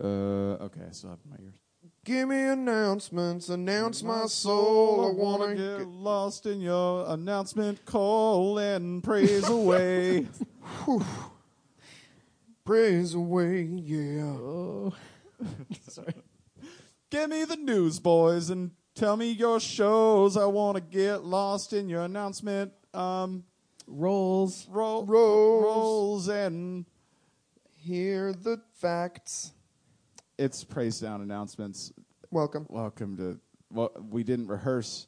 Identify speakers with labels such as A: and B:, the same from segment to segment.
A: Uh, okay, I still have my ears.
B: Give me announcements, announce my soul. I wanna
A: get
B: get.
A: lost in your announcement call and praise away.
B: Praise away, yeah.
A: Oh, sorry. Give me the news, boys, and tell me your shows. I want to get lost in your announcement. Um,
C: Rolls.
A: roll,
B: Rolls.
A: rolls, and
B: Hear the facts.
A: it's praise down announcements.
B: Welcome.
A: Welcome to. Well, we didn't rehearse.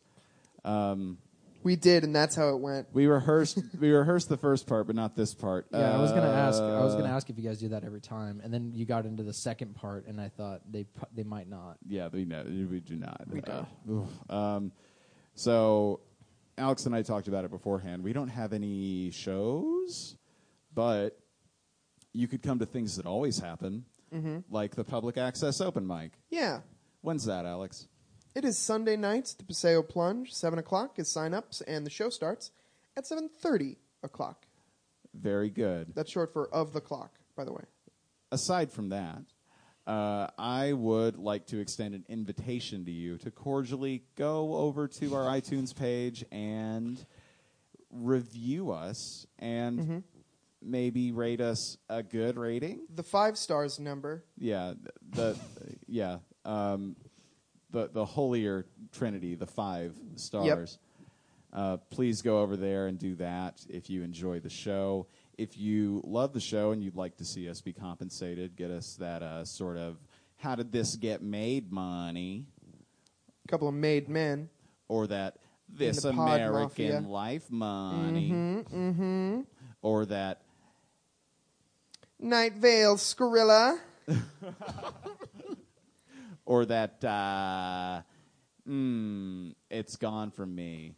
A: Um,
B: We did, and that's how it went.
A: we rehearsed. we rehearsed the first part, but not this part.
C: Yeah, I was gonna ask. I was gonna
A: Uh,
C: ask if you guys do that every time, and then you got into the second part, and I thought they pro- they might not.
A: Yeah, we know we do not.
B: We don't.
A: oof. um, so Alex and I talked about it beforehand. We don't have any shows, but you could come to things that always happen, like the public access open mic.
B: Yeah.
A: When's that, Alex?
B: It is Sunday nights at the Paseo Plunge. Seven o'clock is sign-ups, and the show starts at seven thirty o'clock.
A: Very good.
B: That's short for of the clock, by the way.
A: aside from that, uh, I would like to extend an invitation to you to cordially go over to our iTunes page and review us and maybe rate us a good rating.
B: The five stars number.
A: Yeah, th- the yeah, um, the the holier trinity, the five stars. Uh, please go over there and do that if you enjoy the show. If you love the show and you'd like to see us be compensated, get us that uh, sort of how did this get made money
B: A couple of made men.
A: or that this
B: the pod mafia. Mm-hmm,
A: American life money or that
B: Night Vale Skrilla.
A: or that uh, mm, it's gone from me,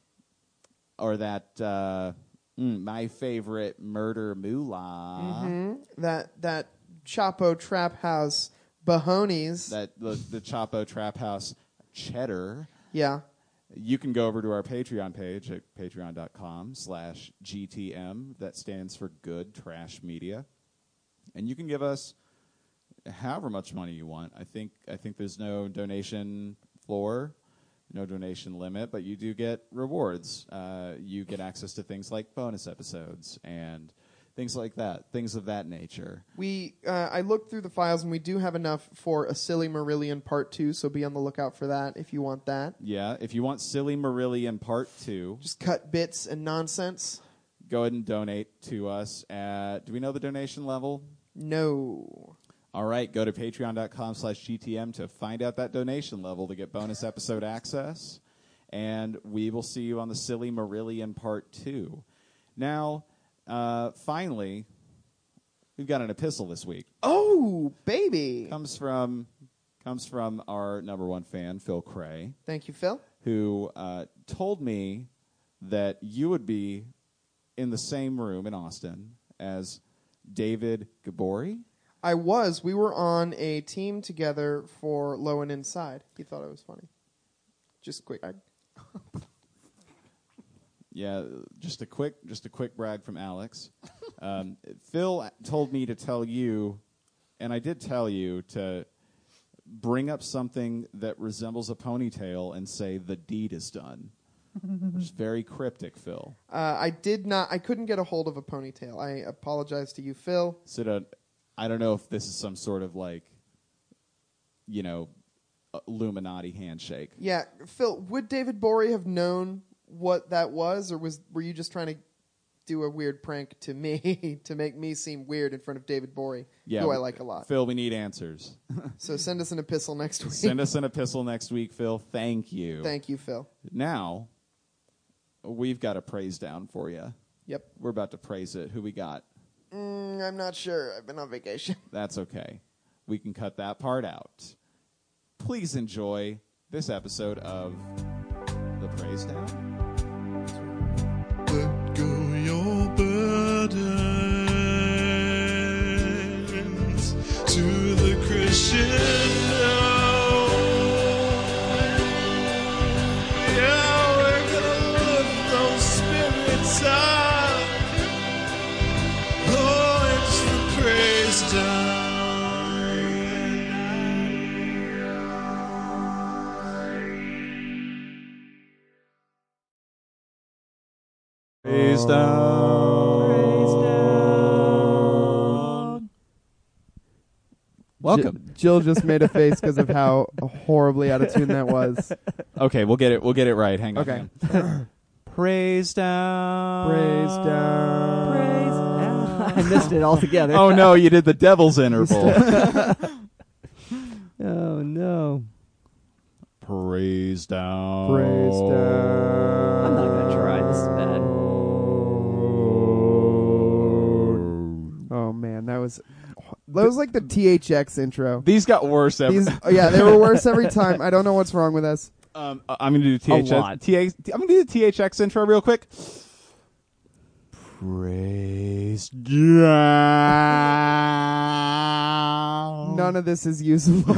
A: or that uh, mm, my favorite murder moolah,
B: That that Chapo Trap House Bahonies.
A: that the, the Chapo Trap House cheddar.
B: yeah.
A: You can go over to our Patreon page at patreon.com slash GTM. That stands for Good Trash Media. And you can give us however much money you want. I think I think there's no donation floor, no donation limit, but you do get rewards. Uh, you get access to things like bonus episodes and things like that, things of that nature.
B: We uh, I looked through the files and we do have enough for a silly Marillion part two, so be on the lookout for that if you want that.
A: Yeah, if you want Silly Marillion Part 2,
B: Just cut bits and nonsense.
A: go ahead and donate to us at, do we know the donation level?
B: No.
A: All right, go to patreon.com slash GTM to find out that donation level to get bonus episode access. And we will see you on the Silly Marillion Part 2. Now, uh, finally, we've got an epistle this week.
B: Oh, baby.
A: Comes from comes from our number one fan, Phil Cray,
B: Thank you, Phil.
A: who uh, told me that you would be in the same room in Austin as David Gabori.
B: I was. We were on a team together for Low and Inside. He thought it was funny. Just quick. I,
A: Yeah, just a quick, just a quick brag from Alex. Um, Phil told me to tell you, and I did tell you to bring up something that resembles a ponytail and say the deed is done. Which is very cryptic, Phil.
B: uh, I did not. I couldn't get a hold of a ponytail. I apologize to you, Phil.
A: So don't- I don't know if this is some sort of like, you know, uh, Illuminati handshake.
B: Yeah, Phil. Would David Bory have known what that was, or was were you just trying to do a weird prank to me to make me seem weird in front of David Bory,
A: Yeah,
B: who I
A: w-
B: like a lot?
A: Phil, we need answers.
B: So send us an epistle next week.
A: Send us an epistle next week, Phil. Thank you.
B: Thank you, Phil.
A: Now, we've got a praise down for you.
B: Yep.
A: We're about to praise it. Who we got?
B: Mm, I'm not sure. I've been on vacation.
A: That's okay. We can cut that part out. Please enjoy this episode of The Praise Down.
D: Let go your burdens to the Christian now. Yeah, we're gonna lift those spirits up. Oh, it's the praise time.
A: Praise down. Welcome.
B: J- Jill just made a face because of how horribly out of tune that was.
A: Okay, we'll get it. We'll get it right. Hang on.
B: Okay.
A: hang on. Praise down.
B: Praise down.
E: I missed it altogether.
A: Oh no, you did the devil's interval.
E: Oh no.
A: Praise down.
B: Praise
A: Oh.
E: I'm
B: down.
E: not gonna try. This is bad.
B: Oh man, that was that was like the THX intro.
A: These got worse every.
B: These, oh, yeah, they were worse every time. I don't know what's wrong with us.
A: um, I- I'm gonna do THX.
E: lot.
A: TH, I'm gonna do the THX intro real quick. Praise down.
B: None of this is usable.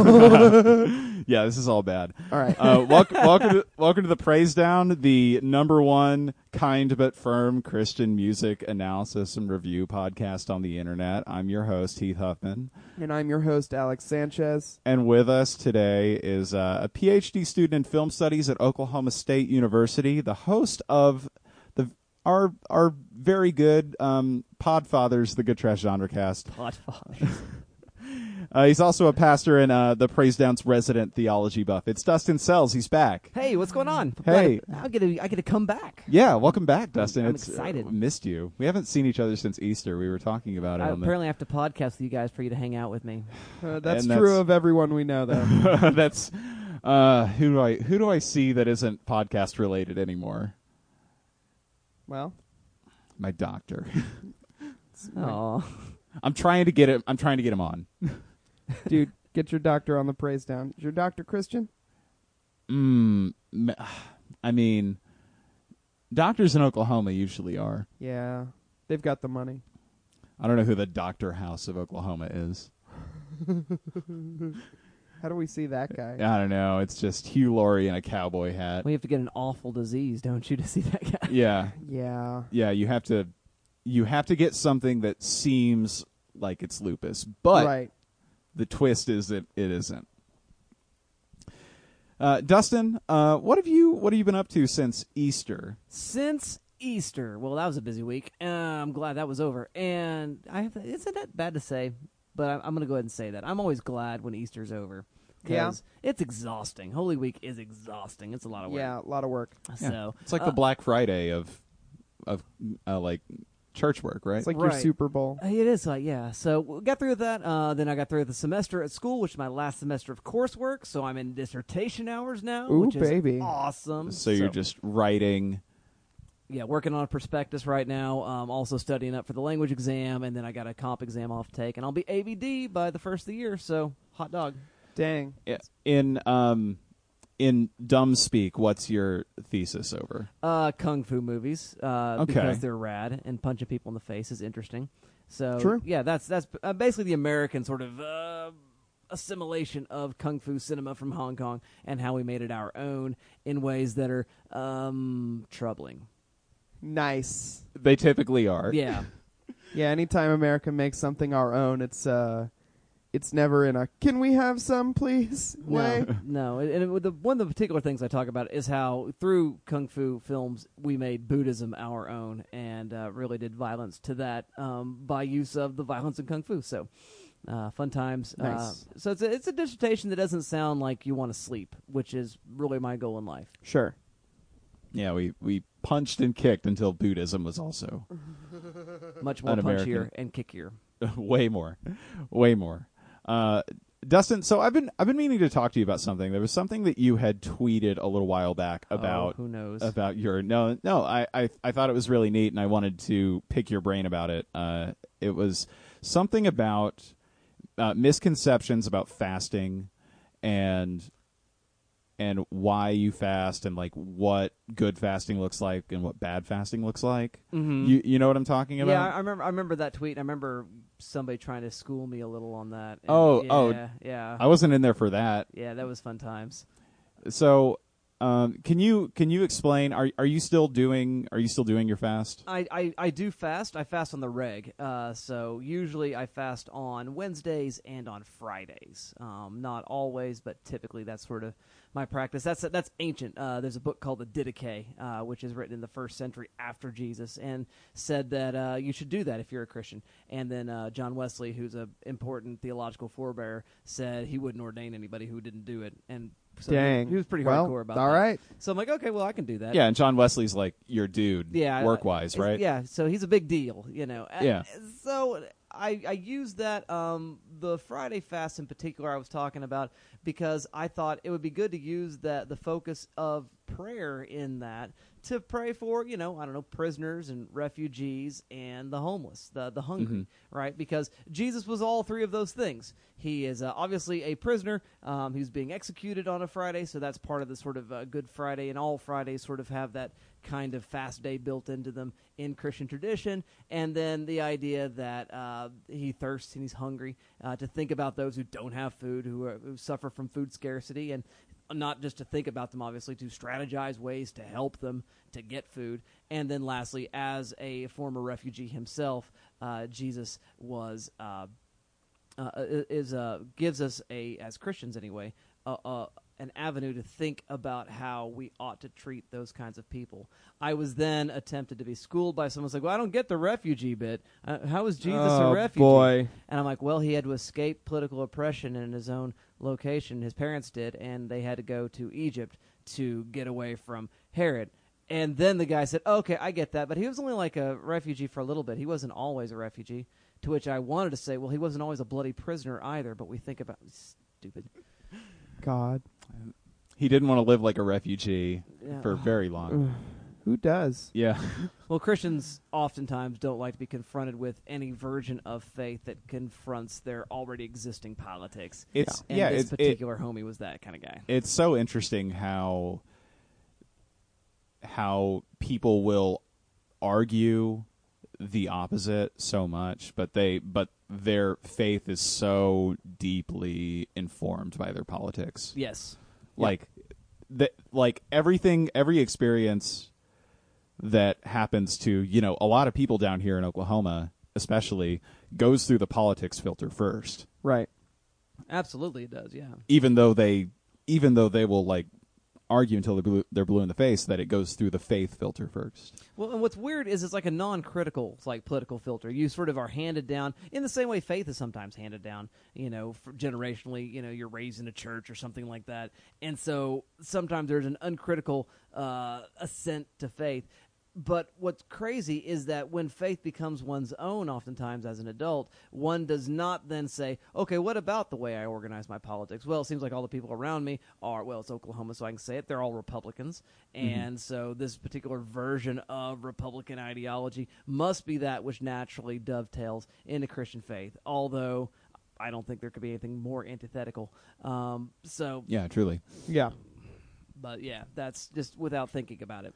A: yeah, this is all bad.
B: All right.
A: Uh, welcome, welcome, to, welcome to the Praise Down, the number one kind but firm Christian music analysis and review podcast on the internet. I'm your host Heath Huffman,
B: and I'm your host Alex Sanchez.
A: and with us today is uh, a PhD student in film studies at Oklahoma State University, the host of the our our very good um, Podfathers, the Good Trash Genre Cast.
E: Podfather.
A: Uh, he's also a pastor and uh, the Praise Down's resident theology buff. It's Dustin Sells. He's back.
E: Hey, what's going on?
A: Hey.
E: I get to I get to come back.
A: Yeah, welcome back, Dustin.
E: I'm
A: it's,
E: excited.
A: uh, missed you. We haven't seen each other since Easter. We were talking about it.
E: I
A: on the-
E: apparently have to podcast with you guys for you to hang out with me.
B: Uh, that's
A: And
B: true
A: that's-
B: of everyone we know, though.
A: that's uh, who do I who do I see that isn't podcast related anymore?
B: well,
A: My doctor.
E: Oh,
A: I'm trying to get him. I'm trying to get him on.
B: dude, get your doctor on the praise down. Is your doctor Christian?
A: Mm, m- I mean, doctors in Oklahoma usually are.
B: Yeah, they've got the money.
A: I don't know who the Doctor House of Oklahoma is.
B: How do we see that guy?
A: I don't know. It's just Hugh Laurie in a cowboy hat.
E: we have to get an awful disease, don't you, to see that guy?
A: Yeah.
B: Yeah.
A: yeah you have to you have to get something that seems like it's lupus but
B: right.
A: the twist is that it isn't uh, dustin uh, what have you what have you been up to since easter
E: Since Easter, well, that was a busy week. Uh, I'm glad that was over. And I have, isn't that bad to say? But I'm, I'm going to go ahead and say that I'm always glad when Easter's over. 'cause
B: Yeah.
E: it's exhausting. Holy Week is exhausting. It's a lot of work.
B: Yeah, a lot of work.
E: So
A: it's like
E: uh,
A: the black friday of of uh, like church work right
B: It's like your
E: Right.
B: Super Bowl.
E: Uh, It is like yeah. So we got through with that. Uh, then I got through the semester at school, which is my last semester of coursework. So I'm in dissertation hours now,
B: Ooh,
E: which is
B: baby.
E: awesome.
A: so you're just writing
E: yeah, working on a prospectus right now. Um, also studying up for the language exam, and then I got a comp exam off take, and I'll be ABD by the first of the year. So hot dog.
B: Dang.
A: i- in um in dumb speak what's your thesis over
E: Uh, kung fu movies, uh,
A: Okay.
E: because they're rad, and punching people in the face is interesting. So
B: True.
E: yeah, that's that's uh, basically the American sort of uh, assimilation of kung fu cinema from Hong Kong and how we made it our own in ways that are um, troubling.
B: Nice.
A: they typically are
E: Yeah,
B: Yeah, anytime America makes something our own, it's uh it's never in a can we have some please way.
E: no, no, and and with the, one of the particular things I talk about is how through kung fu films we made Buddhism our own and uh, really did violence to that um, by use of the violence in kung fu. So. Uh, fun times.
B: Nice.
E: Uh, so it's a, it's a dissertation that doesn't sound like you want to sleep, which is really my goal in life.
B: Sure.
A: yeah we we punched and kicked until buddhism was also
E: Much more
A: An American.
E: punchier and kickier.
A: way more, way more. Uh, Dustin, so I've been I've been meaning to talk to you about something. There was something that you had tweeted a little while back about
E: Oh, who knows?
A: about your no no. I, I I thought it was really neat, and I wanted to pick your brain about it. Uh, it was something about uh, misconceptions about fasting and and why you fast and like what good fasting looks like and what bad fasting looks like. You you know what I'm talking about?
E: Mm-hmm. Yeah, I I remember. I remember that tweet. and I remember somebody trying to school me a little on that. and
A: Oh, oh.
E: yeah, yeah,
A: I wasn't in there for that.
E: yeah. That was fun times.
A: So Um, can you can you explain? Are are you still doing? Are you still doing your fast?
E: I, I, I do fast. I fast on the reg. Uh, so usually I fast on Wednesdays and on Fridays. Um, not always, but typically that's sort of my practice. That's that's ancient. Uh, there's a book called the Didache, uh, which is written in the first century after Jesus, and said that uh, you should do that if you're a Christian. And then uh, John Wesley, who's an important theological forebearer, said he wouldn't ordain anybody who didn't do it. And so he-
B: Dang.
E: he was pretty
B: Well,
E: hardcore about
B: all
E: that.
B: right.
E: So I'm like, okay, well I can do that
A: Yeah, and John Wesley's like your dude.
E: yeah,
A: work wise,
E: uh,
A: right?
E: Yeah, so he's a big deal, you know. Uh,
A: Yeah.
E: So I I used that um the Friday fast in particular I was talking about because I thought it would be good to use that the focus of prayer in that to pray for you know I don't know prisoners and refugees and the homeless the the hungry
A: Mm-hmm.
E: right because Jesus was all three of those things he is uh, obviously a prisoner um, he's being executed on a Friday so that's part of the sort of uh, Good Friday and all Fridays sort of have that kind of fast day built into them in Christian tradition. And then the idea that uh, he thirsts and he's hungry, uh, to think about those who don't have food, who, are, who suffer from food scarcity, and not just to think about them, obviously, to strategize ways to help them to get food. And then lastly, as a former refugee himself, uh, Jesus was. Uh, uh, is uh, gives us a as Christians anyway uh, uh, an avenue to think about how we ought to treat those kinds of people. I was then attempted to be schooled by someone who's like, "Well, I don't get the refugee bit. Uh, how is Jesus
B: Oh,
E: a refugee?"
B: boy.
E: And I'm like, "Well, he had to escape political oppression in his own location. His parents did, and they had to go to Egypt to get away from Herod." And then the guy said, "Okay, I get that, but he was only like a refugee for a little bit. He wasn't always a refugee." To which I wanted to say, well, he wasn't always a bloody prisoner either, but we think about stupid.
B: God,
A: He didn't want to live like a refugee
E: Yeah.
A: for very long.
B: who does?
A: yeah.
E: Well, Christians oftentimes don't like to be confronted with any version of faith that confronts their already existing politics.
A: It's
E: And
A: yeah, it-
E: this
A: it-
E: particular homie was that kind of guy.
A: it's so interesting how how people will argue the opposite so much but they but their faith is so deeply informed by their politics
E: Yes.
A: like that like everything every experience that happens to you know a lot of people down here in Oklahoma especially goes through the politics filter first
B: Right.
E: Absolutely, it does. Yeah.
A: even though they even though they will like argue until they're blue, they're blue in the face that it goes through the faith filter first
E: Well, and what's weird is it's like a non-critical, like political filter. You sort of are handed down in the same way faith is sometimes handed down. You know, for generationally. You know, you're raised in a church or something like that, and so sometimes there's an uncritical uh, assent to faith. But what's crazy is that when faith becomes one's own, oftentimes as an adult, one does not then say, okay, what about the way I organize my politics? Well, it seems like all the people around me are, well, it's Oklahoma, so I can say it, they're all Republicans. And so this particular version of Republican ideology must be that which naturally dovetails into Christian faith, although I don't think there could be anything more antithetical. Um, so,
A: yeah truly
B: Yeah.
E: but yeah, that's just without thinking about it.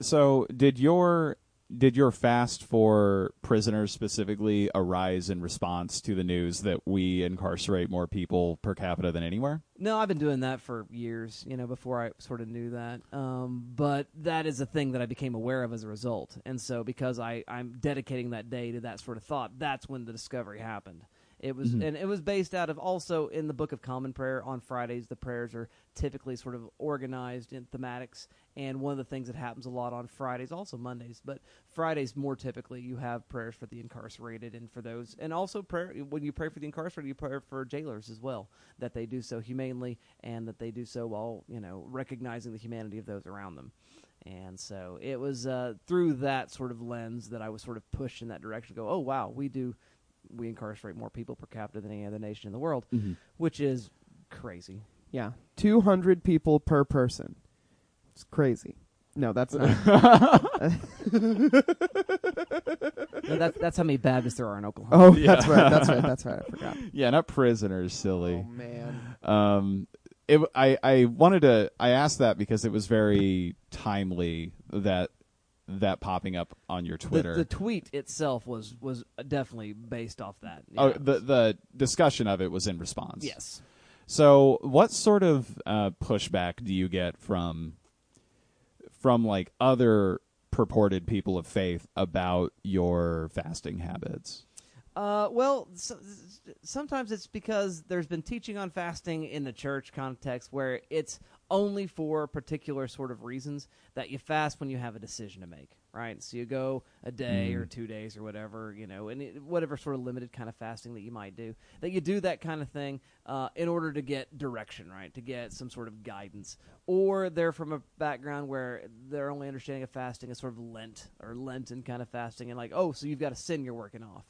A: so did your did your fast for prisoners specifically arise in response to the news that we incarcerate more people per capita than anywhere
E: No, I've been doing that for years, you know, before I sort of knew that. Um, but that is a thing that I became aware of as a result. And so because I, I'm dedicating that day to that sort of thought, that's when the discovery happened. It was and it was based out of also in the Book of Common Prayer on Fridays the prayers are typically sort of organized in thematics and one of the things that happens a lot on Fridays also Mondays but Fridays more typically you have prayers for the incarcerated and for those and also prayer when you pray for the incarcerated you pray for jailers as well that they do so humanely and that they do so while you know recognizing the humanity of those around them and so it was uh, through that sort of lens that I was sort of pushed in that direction to go oh wow we do we incarcerate more people per capita than any other nation in the world,
A: Mm-hmm.
E: which is crazy.
B: Yeah. Two hundred people per person. It's crazy. No, that's not.
E: No, that's that's how many Baptists there are in Oklahoma.
B: oh, that's right. That's right. That's right. I forgot.
A: yeah not prisoners silly
B: Oh,
E: Oh,
B: man.
A: um it i i wanted to i asked that because it was very timely that that popping up on your
E: the,
A: twitter
E: the tweet itself was was definitely based off that.
A: Oh,
E: Yeah.
A: the the discussion of it was in response.
E: yes,
A: So, what sort of uh, pushback do you get from from like other purported people of faith about your fasting habits?
E: Uh, well, so, s- sometimes it's because there's been teaching on fasting in the church context where it's only for particular sort of reasons that you fast when you have a decision to make, right? So you go a day or two days or whatever, you know, and it, whatever sort of limited kind of fasting that you might do, that you do that kind of thing uh, in order to get direction, right? To get some sort of guidance. Or they're from a background where their only understanding of fasting is sort of Lent or Lenten kind of fasting and like, oh, so you've got a sin you're working off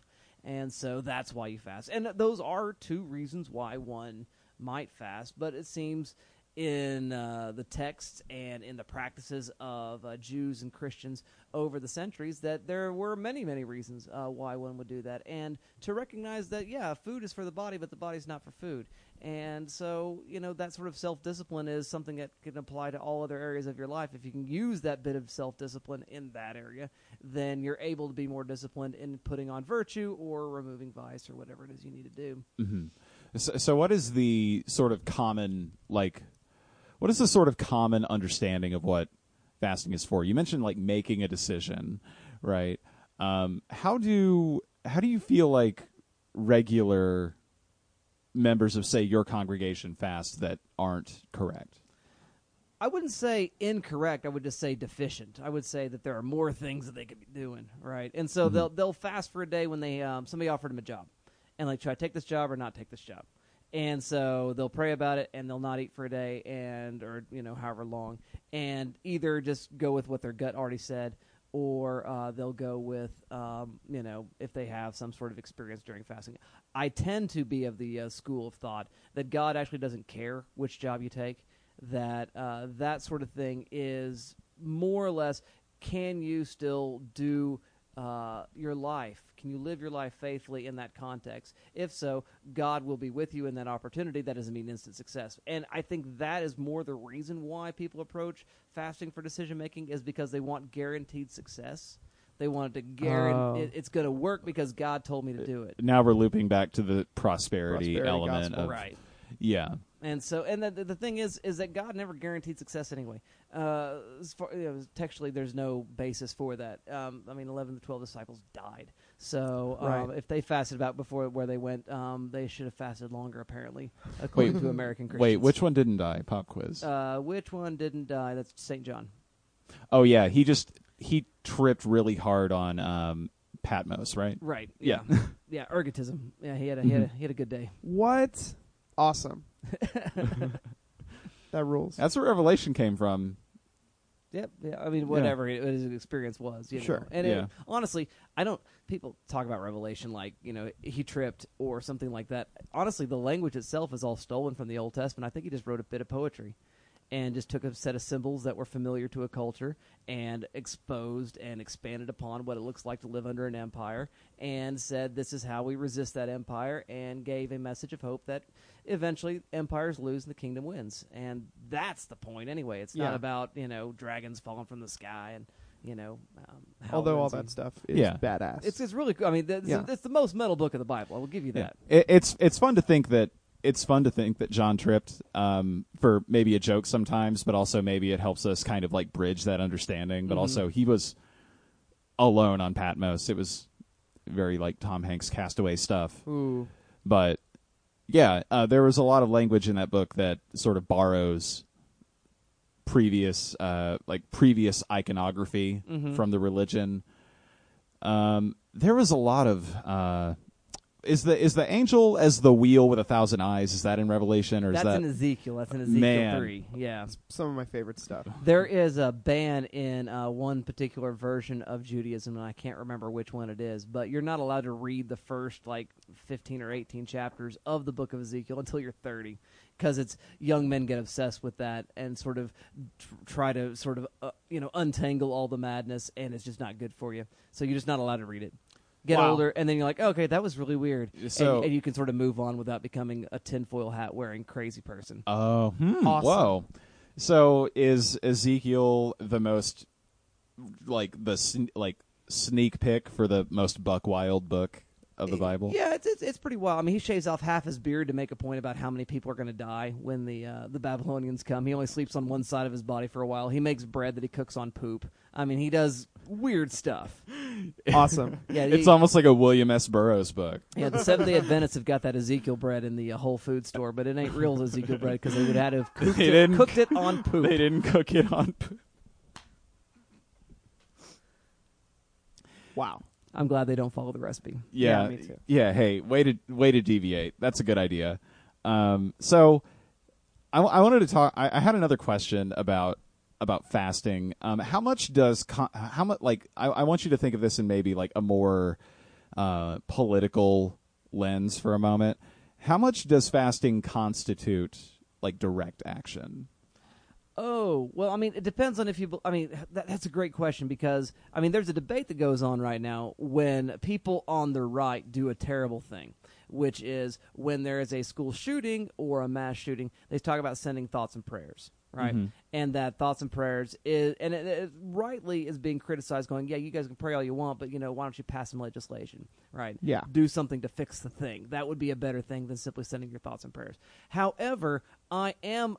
E: and so that's why you fast. And those are two reasons why one might fast, but it seems in uh, the texts and in the practices of uh, Jews and Christians over the centuries that there were many, many reasons uh, why one would do that, and to recognize that yeah, food is for the body, but the body's not for food. And so, you know, that sort of self discipline is something that can apply to all other areas of your life. If you can use that bit of self discipline in that area, then you're able to be more disciplined in putting on virtue or removing vice or whatever it is you need to do.
A: So, so what is the sort of common like what is the sort of common understanding of what fasting is for? You mentioned like making a decision, right? Um, how do how do you feel like regular members of say your congregation fast that aren't correct?
E: I wouldn't say incorrect. I would just say deficient. I would say that there are more things that they could be doing, right? And so they'll they'll fast for a day when they um, somebody offered them a job, and like, should I take this job or not take this job? And so they'll pray about it, and they'll not eat for a day, and or you know however long, and either just go with what their gut already said, or uh, they'll go with um, you know if they have some sort of experience during fasting. I tend to be of the uh, school of thought that God actually doesn't care which job you take that uh, that sort of thing is more or less can you still do uh, your life? Can you live your life faithfully in that context? If so, God will be with you in that opportunity. That doesn't mean instant success. And I think that is more the reason why people approach fasting for decision making is because they want guaranteed success. They want it to guarantee
B: Oh.
E: it, it's going to work because God told me to do it.
A: Now we're looping back to the prosperity,
B: Prosperity
A: element
B: gospel.
A: of yeah.
E: And so, and the, the thing is, is that God never guaranteed success anyway. Uh, as far, you know, textually, there's no basis for that. Um, I mean, 11 to 12 disciples died. So um,
B: Right.
E: if they fasted about before where they went, um, they should have fasted longer, apparently, according to American Christians.
A: Wait, which one didn't die? Pop quiz.
E: Uh, which one didn't die? That's St. John.
A: oh yeah, he just he tripped really hard on um, Patmos, right?
E: Right.
A: Yeah. Mm-hmm.
E: Yeah. yeah ergotism. Yeah, he had a, he had a, he had a good day.
B: What?
F: Awesome.
B: That rules.
A: That's where Revelation came from.
E: Yep. Yeah. I mean, whatever it- what his experience was, you know.
B: Sure,
E: And it-
A: yeah.
E: honestly, I don't. People talk about Revelation like you know he tripped or something like that. Honestly, the language itself is all stolen from the Old Testament. I think he just wrote a bit of poetry, and just took a set of symbols that were familiar to a culture and exposed and expanded upon what it looks like to live under an empire, and said this is how we resist that empire, and gave a message of hope that eventually empires lose and the kingdom wins, and that's the point anyway. It's not
B: Yeah.
E: about you know dragons falling from the sky and you know um, how
B: Although all
E: Lindsay-
B: that stuff is
A: Yeah.
B: badass.
E: it's it's really cool. I mean, th- it's,
B: Yeah.
E: it's the most metal book of the Bible. I will give you that.
A: It, it's it's fun to think that it's fun to think that John tripped um, for maybe a joke sometimes, but also maybe it helps us kind of like bridge that understanding. But also he was alone on Patmos. It was very like Tom Hanks castaway stuff.
B: Ooh.
A: But yeah, uh, there was a lot of language in that book that sort of borrows previous uh, like previous iconography
E: Mm-hmm.
A: from the religion. Um, there was a lot of uh, is the is the angel as the wheel with a thousand eyes? Is that in Revelation or
E: That's
A: is that
E: in Ezekiel. That's in Ezekiel
A: Man.
E: three. Yeah.
B: Some of my favorite stuff.
E: There is a ban in uh, one particular version of Judaism, and I can't remember which one it is. But you're not allowed to read the first like 15 or 18 chapters of the Book of Ezekiel until you're 30, because it's young men get obsessed with that and sort of tr- try to sort of uh, you know untangle all the madness, and it's just not good for you. So you're just not allowed to read it. Get
A: Wow.
E: older, and then you're like, okay, that was really weird, And-
A: So-
E: and, you can sort of move on without becoming a tinfoil hat wearing crazy person.
A: Oh, hmm,
B: Awesome.
A: whoa! So is Ezekiel the most like the sn- like sneak pick for the most buck wild book of the
E: E,
A: Bible?
E: Yeah, it's, it's it's pretty wild. I mean, he shaves off half his beard to make a point about how many people are going to die when the uh, the Babylonians come. He only sleeps on one side of his body for a while. He makes bread that he cooks on poop. I mean, he does weird stuff.
B: Awesome.
E: Yeah,
A: It's
E: he-
A: almost like a William S. Burroughs book.
E: Yeah, the Seventh Day Adventists have got that Ezekiel bread in the uh, Whole Food store, but it ain't real Ezekiel bread because they would have had to have cooked,
A: They
E: it,
A: didn't-
E: cooked it on poop.
A: They didn't cook it on.
B: Wow.
E: I'm glad they don't follow the recipe.
A: Yeah,
B: Yeah, me too.
A: yeah, Hey, way to way to deviate. That's a good idea. Um, so, I, I wanted to talk. I, I had another question about about fasting. Um, how much does con- how much like I, I want you to think of this in maybe like a more uh, political lens for a moment. How much does fasting constitute like direct action?
E: Oh well, I mean, it depends on if you. bel- I mean, that, that's a great question because I mean, there's a debate that goes on right now when people on the right do a terrible thing, which is when there is a school shooting or a mass shooting. They talk about sending thoughts and prayers, right? And that thoughts and prayers is and it, it rightly is being criticized, going, "Yeah, you guys can pray all you want, but you know, why don't you pass some legislation, right?
B: Yeah.
E: do something to fix the thing. That would be a better thing than simply sending your thoughts and prayers." However, I am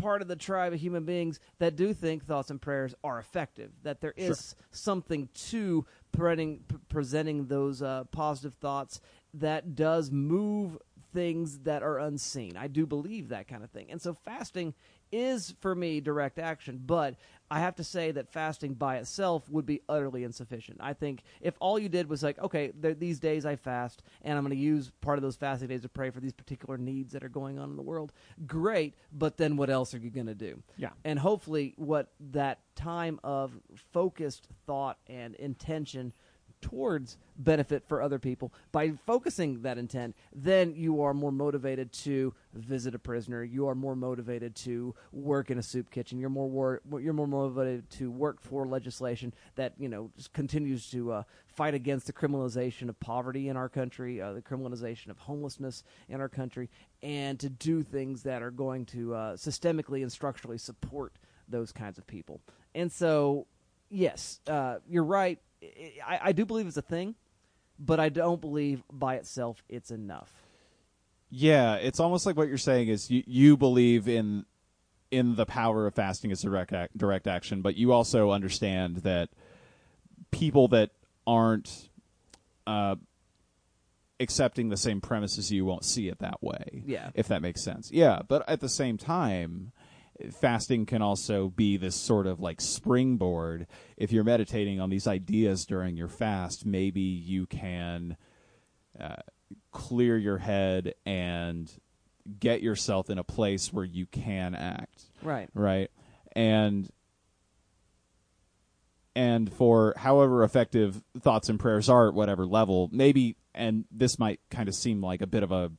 E: part of the tribe of human beings that do think thoughts and prayers are effective. That there is something to presenting, p- presenting those uh, positive thoughts that does move things that are unseen. I do believe that kind of thing, and so fasting is for me direct action. But I have to say that fasting by itself would be utterly insufficient. I think if all you did was like, okay, th- these days I fast, and I'm going to use part of those fasting days to pray for these particular needs that are going on in the world, great. But then what else are you going to do?
B: Yeah.
E: And hopefully, what that time of focused thought and intention towards benefit for other people by focusing that intent then you are more motivated to visit a prisoner you are more motivated to work in a soup kitchen you're more wor- you're more motivated to work for legislation that you know just continues to uh, fight against the criminalization of poverty in our country uh, the criminalization of homelessness in our country and to do things that are going to uh, systemically and structurally support those kinds of people and so yes, uh, you're right. I- I, I do believe it's a thing, but I don't believe by itself it's enough.
A: Yeah, it's almost like what you're saying is you, you believe in in the power of fasting as direct ac- direct action, but you also understand that people that aren't uh, accepting the same premises you won't see it that way.
E: Yeah.
A: if that makes sense. Yeah, but at the same time. Fasting can also be this sort of like springboard. If you're meditating on these ideas during your fast, maybe you can uh, clear your head and get yourself in a place where you can act
E: Right.
A: right and and for however effective thoughts and prayers are at whatever level maybe and this might kind of seem like a bit of a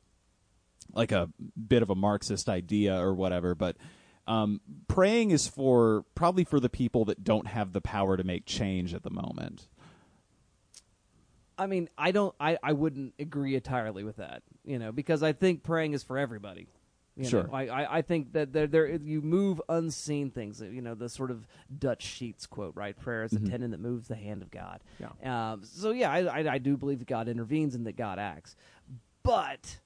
A: like a bit of a marxist idea or whatever but um, praying is for probably for the people that don't have the power to make change at the moment
E: I mean, I don't. I, I wouldn't agree entirely with that. You know, because I think praying is for everybody. You know,
A: Sure.
E: I, I, I think that there, there you move unseen things. You know, the sort of Dutch Sheets quote, right? Prayer is a tendon that moves the hand of God. Yeah. Um, so yeah, I, I I do believe that God intervenes and that God acts, but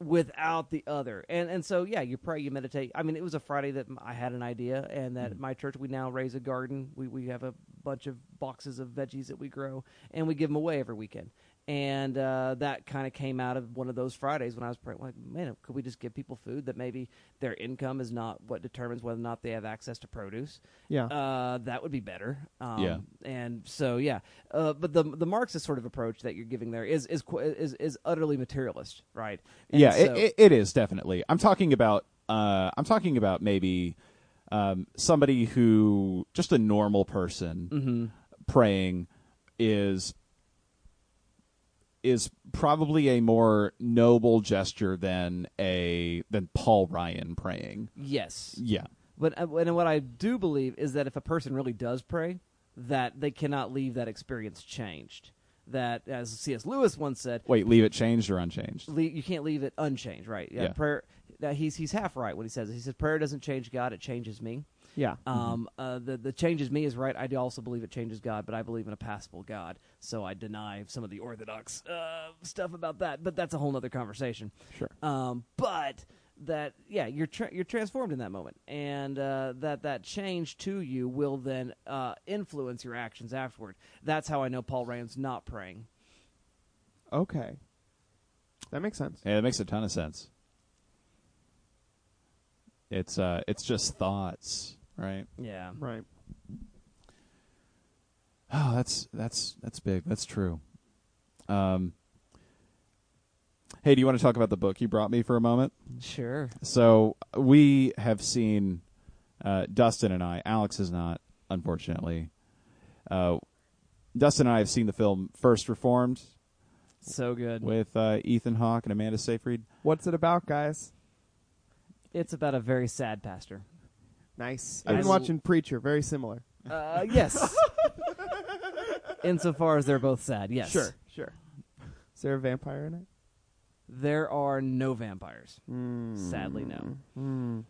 E: without the other. And and so yeah, you pray, you meditate. I mean, it was a Friday that m- I had an idea, and that my church we now raise a garden. We we have a bunch of boxes of veggies that we grow, and we give them away every weekend. And uh, that kind of came out of one of those Fridays when I was praying, like, man, could we just give people food that maybe their income is not what determines whether or not they have access to produce?
B: Yeah.
E: uh, that would be better. Um,
A: Yeah.
E: and so yeah, uh, but the the Marxist sort of approach that you're giving there is is qu- is, is utterly materialist, right? And
A: yeah,
E: so-
A: it, it, it is definitely. I'm talking about. Uh, I'm talking about maybe um, somebody who just a normal person
E: Mm-hmm.
A: praying is is probably a more noble gesture than a than Paul Ryan praying.
E: yes.
A: Yeah,
E: But uh, and what I do believe is that if a person really does pray, that they cannot leave that experience changed. That as C.S. Lewis once said,
A: wait, leave it changed or unchanged.
E: le- you can't leave it unchanged, right?
A: Yeah.
E: Prayer. That he's he's half right when he says it. He says prayer doesn't change God; it changes me. Yeah.
A: Mm-hmm.
E: Um, uh, the the changes me is right. I do also believe it changes God, but I believe in a passible God, so I deny some of the orthodox uh, stuff about that. But that's a whole other conversation.
C: Sure.
E: Um, but that yeah, you're tra- you're transformed in that moment, and uh, that that change to you will then uh, influence your actions afterward. That's how I know Paul Rand's not praying.
B: Okay. That makes sense.
A: Yeah, that makes a ton of sense. It's uh, it's just thoughts, right?
E: Yeah.
B: Right.
A: Oh, that's that's that's big. That's true. Um, hey, do you want to talk about the book you brought me for a moment?
E: Sure.
A: So we have seen uh, Dustin and I. Alex is not, unfortunately. Uh, Dustin and I have seen the film First Reformed
E: So good.
A: with uh, Ethan Hawke and Amanda Seyfried.
B: What's it about, guys?
E: It's about a very sad pastor.
B: Nice.
A: I
B: I've been
A: was-
B: watching Preacher. Very similar.
E: Uh, yes. Insofar as they're both sad, yes.
B: Sure. Sure. Is there a vampire in it?
E: There are no vampires.
B: Hmm.
E: Sadly, no.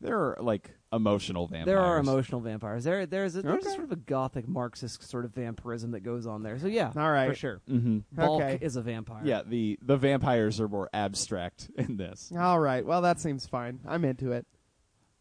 A: There are like emotional vampires.
E: There are emotional vampires. There, there's a, there's
B: Okay.
E: sort of a gothic Marxist sort of vampirism that goes on there. So yeah,
B: All right.
E: for sure.
A: hmm
E: Bulk
B: Okay.
E: is a vampire.
A: Yeah, the the vampires are more abstract in this.
B: All right. Well, that seems fine. I'm into it.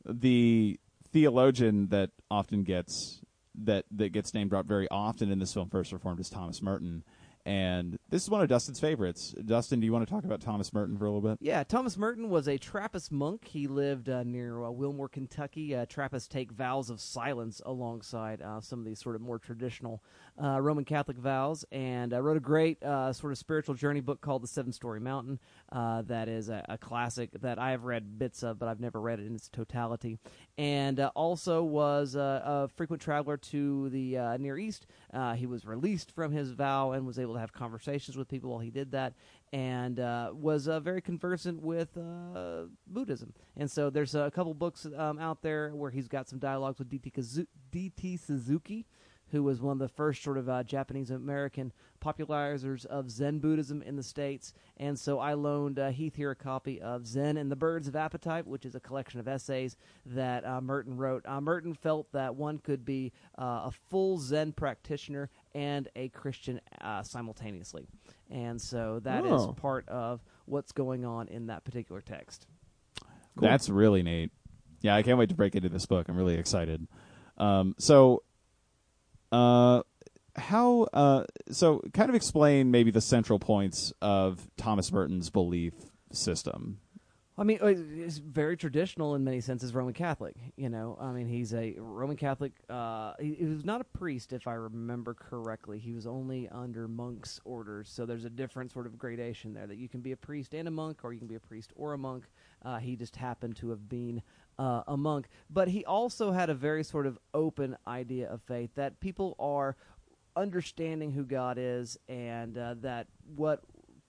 A: The theologian that often gets that that gets named out very often in this film, First Reformed, is Thomas Merton, and this is one of Dustin's favorites. Dustin, do you want to talk about Thomas Merton for a little bit?
E: Yeah, Thomas Merton was a Trappist monk. He lived uh, near uh, Wilmore, Kentucky. Uh, Trappists take vows of silence alongside uh, some of these sort of more traditional uh, Roman Catholic vows, and uh, wrote a great uh, sort of spiritual journey book called The Seven Story Mountain. Uh, that is a, a classic that I have read bits of, but I've never read it in its totality. And uh, also was uh, a frequent traveler to the uh, Near East. Uh, he was released from his vow and was able to have conversations with people while he did that and uh, was uh, very conversant with uh, Buddhism. And so there's a couple books um, out there where he's got some dialogues with D.T. Kazu- D.T. Suzuki, who was one of the first sort of uh, Japanese American popularizers of Zen Buddhism in the States. And so I loaned uh, Heath here a copy of Zen and the Birds of Appetite, which is a collection of essays that uh, Merton wrote. Uh, Merton felt that one could be uh, a full Zen practitioner and a Christian uh, simultaneously. And so that is
B: Oh.
E: part of what's going on in that particular text.
A: That's really neat. Yeah, I can't wait to break into this book. I'm really excited. Um, so, uh, how? Uh, so, kind of explain maybe the central points of Thomas Merton's belief system.
E: I mean, uh, it's very traditional in many senses. Roman Catholic, you know. I mean, he's a Roman Catholic. Uh, he, he was not a priest, if I remember correctly. He was only under monks' orders, so there's a different sort of gradation there. That you can be a priest and a monk, or you can be a priest or a monk. Uh, he just happened to have been uh, a monk, but he also had a very sort of open idea of faith that people are understanding who God is and uh, that what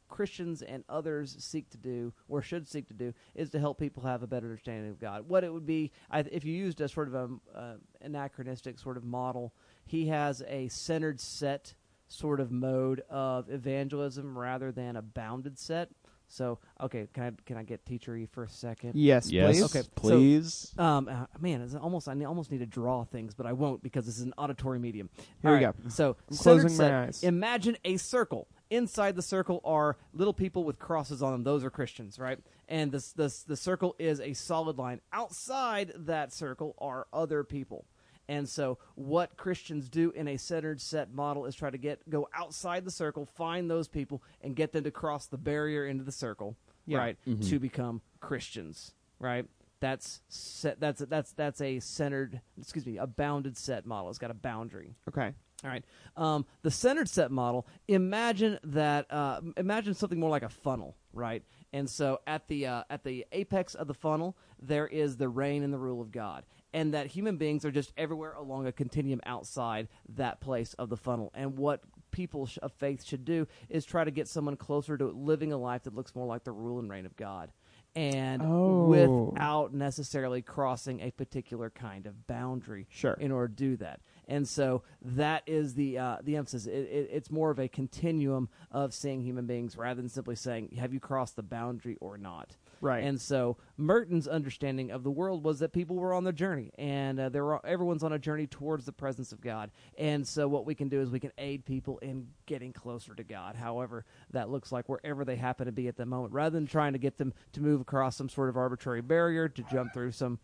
E: Christians and others seek to do, or should seek to do, is to help people have a better understanding of God. What it would be I, if you used a sort of um uh, anachronistic sort of model, he has a centered set sort of mode of evangelism rather than a bounded set. So, okay, can I can I get teachery for a second?
B: Yes, please.
E: Okay. so-
A: please.
E: Um, uh, man, it's almost I ne- almost need to draw things, but I won't because this is an auditory medium.
B: Here
E: All
B: we
E: right,
B: go.
E: So
B: I'm
E: centered
B: closing my
E: set,
B: eyes.
E: Imagine a circle. Inside the circle are little people with crosses on them. Those are Christians, right? And this, this the circle is a solid line. Outside that circle are other people. And so, what Christians do in a centered set model is try to get go outside the circle, find those people, and get them to cross the barrier into the circle,
B: Yeah.
E: right, to become Christians, right? That's set, that's that's that's a centered, excuse me, a bounded set model. It's got a boundary.
B: Okay.
E: All right. Um, the centered set model. Imagine that. Uh, imagine something more like a funnel, right? And so at the uh, at the apex of the funnel, there is the reign and the rule of God, and that human beings are just everywhere along a continuum outside that place of the funnel. And what people sh- of faith should do is try to get someone closer to living a life that looks more like the rule and reign of God, and
B: Oh.
E: without necessarily crossing a particular kind of boundary
B: Sure.
E: in order to do that. And so that is the uh, the emphasis. It, it, it's more of a continuum of seeing human beings rather than simply saying, "Have you crossed the boundary or not?"
B: Right.
E: And so Merton's understanding of the world was that people were on their journey, and uh, there were everyone's on a journey towards the presence of God. And so what we can do is we can aid people in getting closer to God, however that looks like wherever they happen to be at the moment, rather than trying to get them to move across some sort of arbitrary barrier to jump through some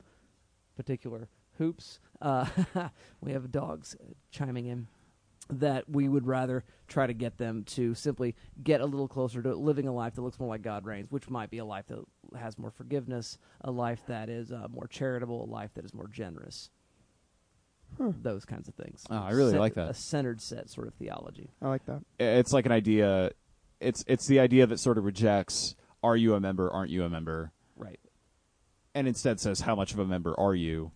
E: particular hoops. Uh, we have dogs chiming in that we would rather try to get them to simply get a little closer to living a life that looks more like God reigns, which might be a life that has more forgiveness, a life that is uh, more charitable, a life that is more generous. Those kinds of things.
A: Oh, I really like that.
E: A centered set sort of theology.
B: I like that.
A: it's like an idea. It's it's the idea that sort of rejects are you a member, aren't you a member,
E: Right.
A: and instead says how much of a member are you,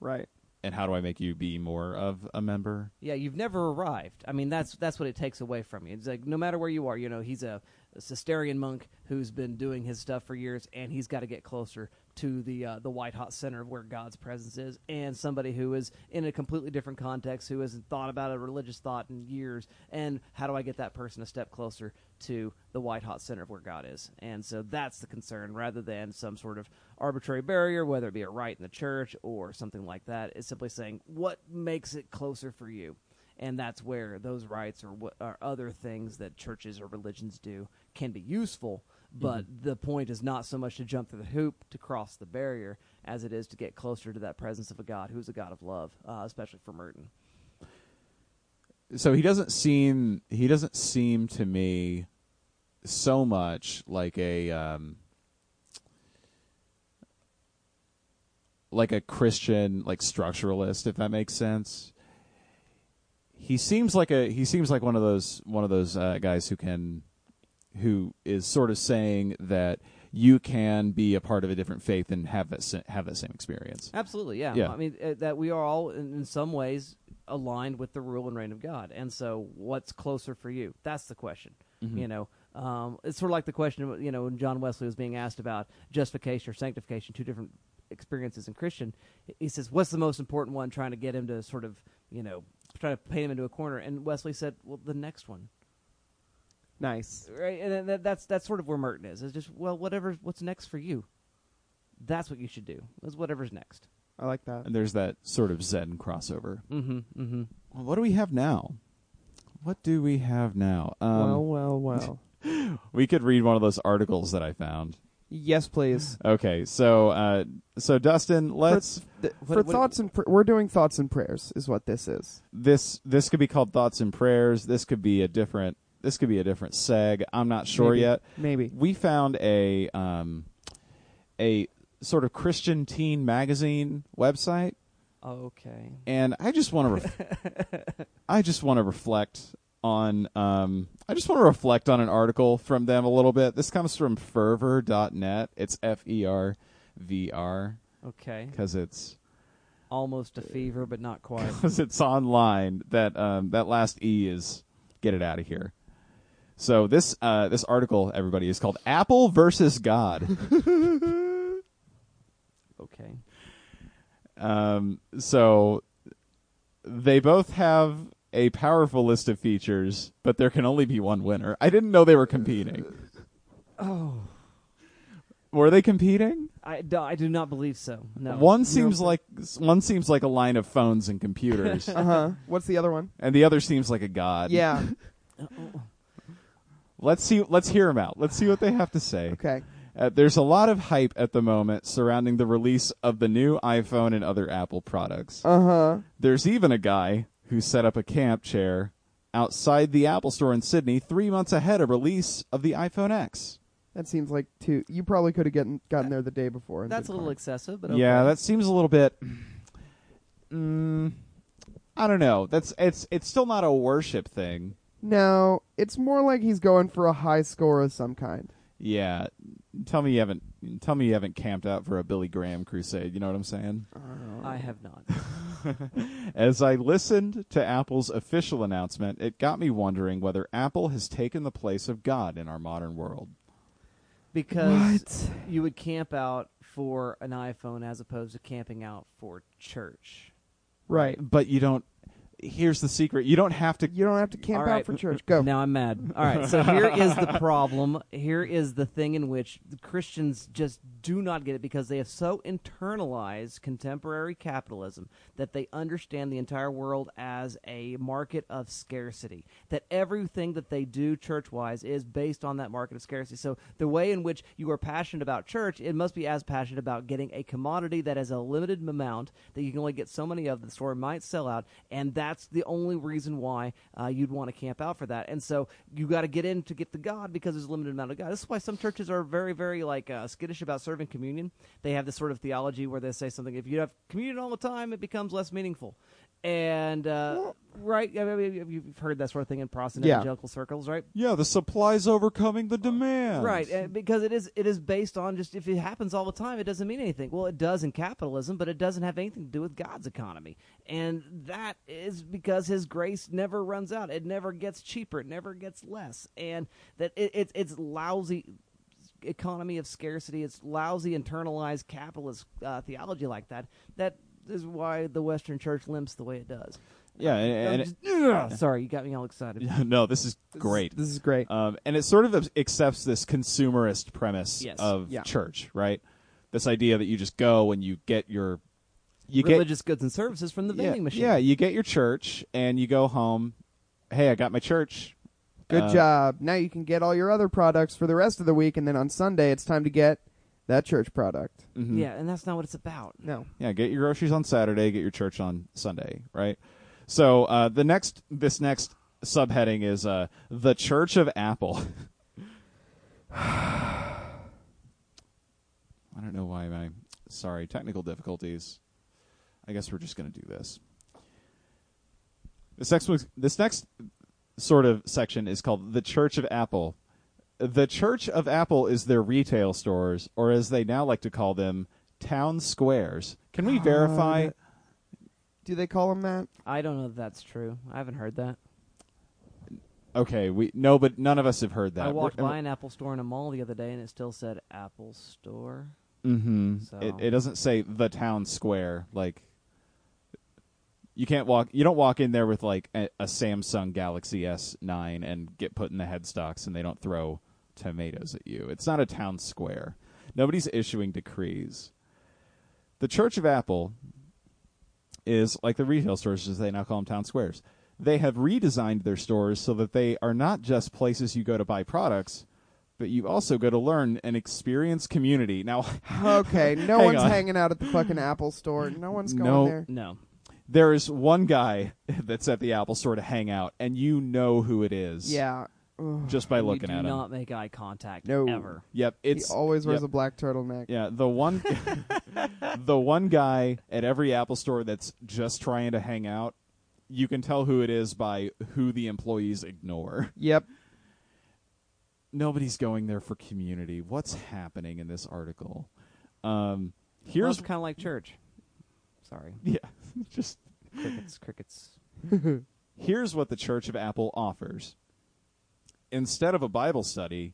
B: Right.
A: and how do I make you be more of a member?
E: Yeah, you've never arrived. I mean, that's that's what it takes away from you. It's like no matter where you are, you know, he's a, a Cistercian monk who's been doing his stuff for years, and he's got to get closer to the uh, the white hot center of where God's presence is, and somebody who is in a completely different context, who hasn't thought about a religious thought in years, and how do I get that person a step closer to the white hot center of where God is? And so that's the concern, rather than some sort of arbitrary barrier, whether it be a rite in the church or something like that. It's simply saying what makes it closer for you, and that's where those rites or what or other things that churches or religions do can be useful. But the point is not so much to jump through the hoop to cross the barrier as it is to get closer to that presence of a God who's a God of love, uh, especially for Merton.
A: so he doesn't seem he doesn't seem to me so much like a um like a christian like structuralist if that makes sense he seems like a he seems like one of those one of those uh, guys who can who is sort of saying that you can be a part of a different faith and have that sa- have that same experience
E: Absolutely, yeah.
A: Yeah.
E: I mean, uh, that we are all, in, in some ways, aligned with the rule and reign of God. And so, what's closer for you? That's the question. You know, um, it's sort of like the question, you know, when John Wesley was being asked about justification or sanctification, two different experiences in Christian. He says, What's the most important one? Trying to get him to sort of, you know, try to paint him into a corner. And Wesley said, Well, the next one
B: Nice.
E: right? And then that, that's that's sort of where Merton is. It's just well, whatever, what's next for you, that's what you should do. Is whatever's next.
B: I like that.
A: and there's that sort of zen crossover
E: Mm-hmm. Mm-hmm.
A: Well, what do we have now? What do we have now? Um,
B: well, well, well.
A: we could read one of those articles that I found.
B: yes, please.
A: Okay, so uh, so Dustin, let's
B: Th-
E: What-
B: for
E: what-
B: thoughts and pr- we're doing thoughts and prayers is what this is.
A: this this could be called thoughts and prayers. This could be a different this could be a different seg. I'm not sure
B: Maybe.
A: yet.
B: Maybe.
A: We found a um, a sort of Christian teen magazine website,
E: Okay.
A: and I just want to ref- I just want to reflect on um, I just want to reflect on an article from them a little bit. This comes from fervor.net. It's F E R V R
E: Okay.
A: because it's
E: Almost a fever, but not quite.
A: because it's online that um, that last E is get it out of here. So this uh, this article, everybody, is called Apple versus God.
E: okay.
A: um, so they both have a powerful list of features, but there can only be one winner. I didn't know they were competing.
E: Uh, Oh,
A: Were they competing?
E: I do, I do not believe so. No.
A: One seems like one seems like a line of phones and computers,
E: Uh-huh.
B: Uh huh. What's the other one?
A: and the other seems like a
E: Uh,
A: god.
B: Yeah.
A: Let's see. Let's hear them out. Let's see what they have to say.
B: Okay.
A: Uh, there's a lot of hype at the moment surrounding the release of the new iPhone and other Apple products.
B: Uh huh.
A: There's even a guy who set up a camp chair outside the Apple store in Sydney three months ahead of release of the iPhone X.
B: That seems like two. You probably could have gotten gotten there the day before. and
E: That's a
B: been
E: little
B: fine.
E: excessive, but okay.
A: Yeah, that seems a little bit. Mm, I don't know. That's it's it's still not a worship thing.
B: No, it's more like he's going for a high score of some kind.
A: Yeah, tell me you haven't tell me you haven't camped out for a Billy Graham crusade. You know what I'm saying?
B: Oh.
E: I have not.
A: As I listened to Apple's official announcement, it got me wondering whether Apple has taken the place of God in our modern world.
E: because you would camp out for an iPhone as opposed to camping out for church.
B: Right.
A: But you don't here's the secret. You don't have to.
B: You don't have to camp
E: All right.
B: out for church. Go.
E: Now I'm mad. All right, so here is the problem. Here is the thing in which the Christians just do not get it because they have so internalized contemporary capitalism that they understand the entire world as a market of scarcity. That everything that they do church wise is based on that market of scarcity. So the way in which you are passionate about church, it must be as passionate about getting a commodity that is a limited amount that you can only get so many of. The store might sell out, and that's the only reason why uh, you'd want to camp out for that. And so you got to get in to get the God because there's a limited amount of God. This is why some churches are very, very like uh, skittish about serving communion. They have this sort of theology where they say something: if you have communion all the time, it becomes less meaningful. And uh, right, I mean, you've heard that sort of thing in Protestant
B: Yeah.
E: evangelical circles, right?
A: Yeah, the supply's overcoming the demand.
E: Right, uh, because it is it is based on just if it happens all the time, it doesn't mean anything. Well, it does in capitalism, but it doesn't have anything to do with God's economy, and that is because His grace never runs out. It never gets cheaper. It never gets less, and that it, it's it's lousy economy of scarcity. It's lousy internalized capitalist uh, theology like that. That is why the Western Church limps the way it does.
A: Yeah, and,
E: I'm
A: and
E: just- sorry, you got me all excited.
A: no, this is great.
B: This is great.
A: Um, and it sort of ab- accepts this consumerist premise
E: Yes.
A: of
B: Yeah.
A: church, right? This idea that you just go and you get your you
E: Religious goods and services from the
A: get yeah,
E: vending machine.
A: yeah, you get your church and you go home. Hey, I got my church.
B: Good
A: uh,
B: job. Now you can get all your other products for the rest of the week, and then on Sunday it's time to get that church product.
A: Mhm.
E: yeah, and that's not what it's about.
B: No.
A: Yeah, get your groceries on Saturday, get your church on Sunday, right? So uh, the next this next subheading is uh, the Church of Apple. I don't know why my sorry technical difficulties. I guess we're just going to do this. This next one's- this next sort of section is called the Church of Apple. The Church of Apple is their retail stores, or as they now like to call them, town squares. Can
E: Oh,
A: we verify?
B: Do they call them that?
E: I don't know if that's true. I haven't heard that.
A: Okay, we no, but none of us have heard that.
E: I walked by an Apple store in a mall the other day, and it still said Apple Store.
A: hmm
E: So-
A: It, it doesn't say the town square. Like, you can't walk. You don't walk in there with like a, a Samsung Galaxy S9 and get put in the headstocks, and they don't throw tomatoes at you. It's not a town square. Nobody's issuing decrees. The Church of Apple is like the retail stores, as they now call them town squares. They have redesigned their stores so that they are not just places you go to buy products, but you also go to learn and experience community. Now,
B: Okay. No
A: Hang
B: one's
A: on.
B: hanging out at the fucking Apple store. No one's going
A: No.
B: there.
E: No,
A: there is one guy that's at the Apple store to hang out, and you know who it is.
B: Yeah. Ugh.
A: Just by looking
E: do
A: at him.
E: not make eye contact.
B: No.
E: ever.
A: Yep.
B: He
A: It's
B: always wears
A: yep.
B: a black turtleneck.
A: Yeah, the one the one guy at every Apple store that's just trying to hang out, you can tell who it is by who the employees ignore.
B: Yep.
A: Nobody's going there for community. What's happening in this article? Um
E: Well,
A: here's
E: it's kind of like church. Sorry,
A: yeah, just
E: crickets, crickets.
A: Here's what the Church of Apple offers. Instead of a Bible study,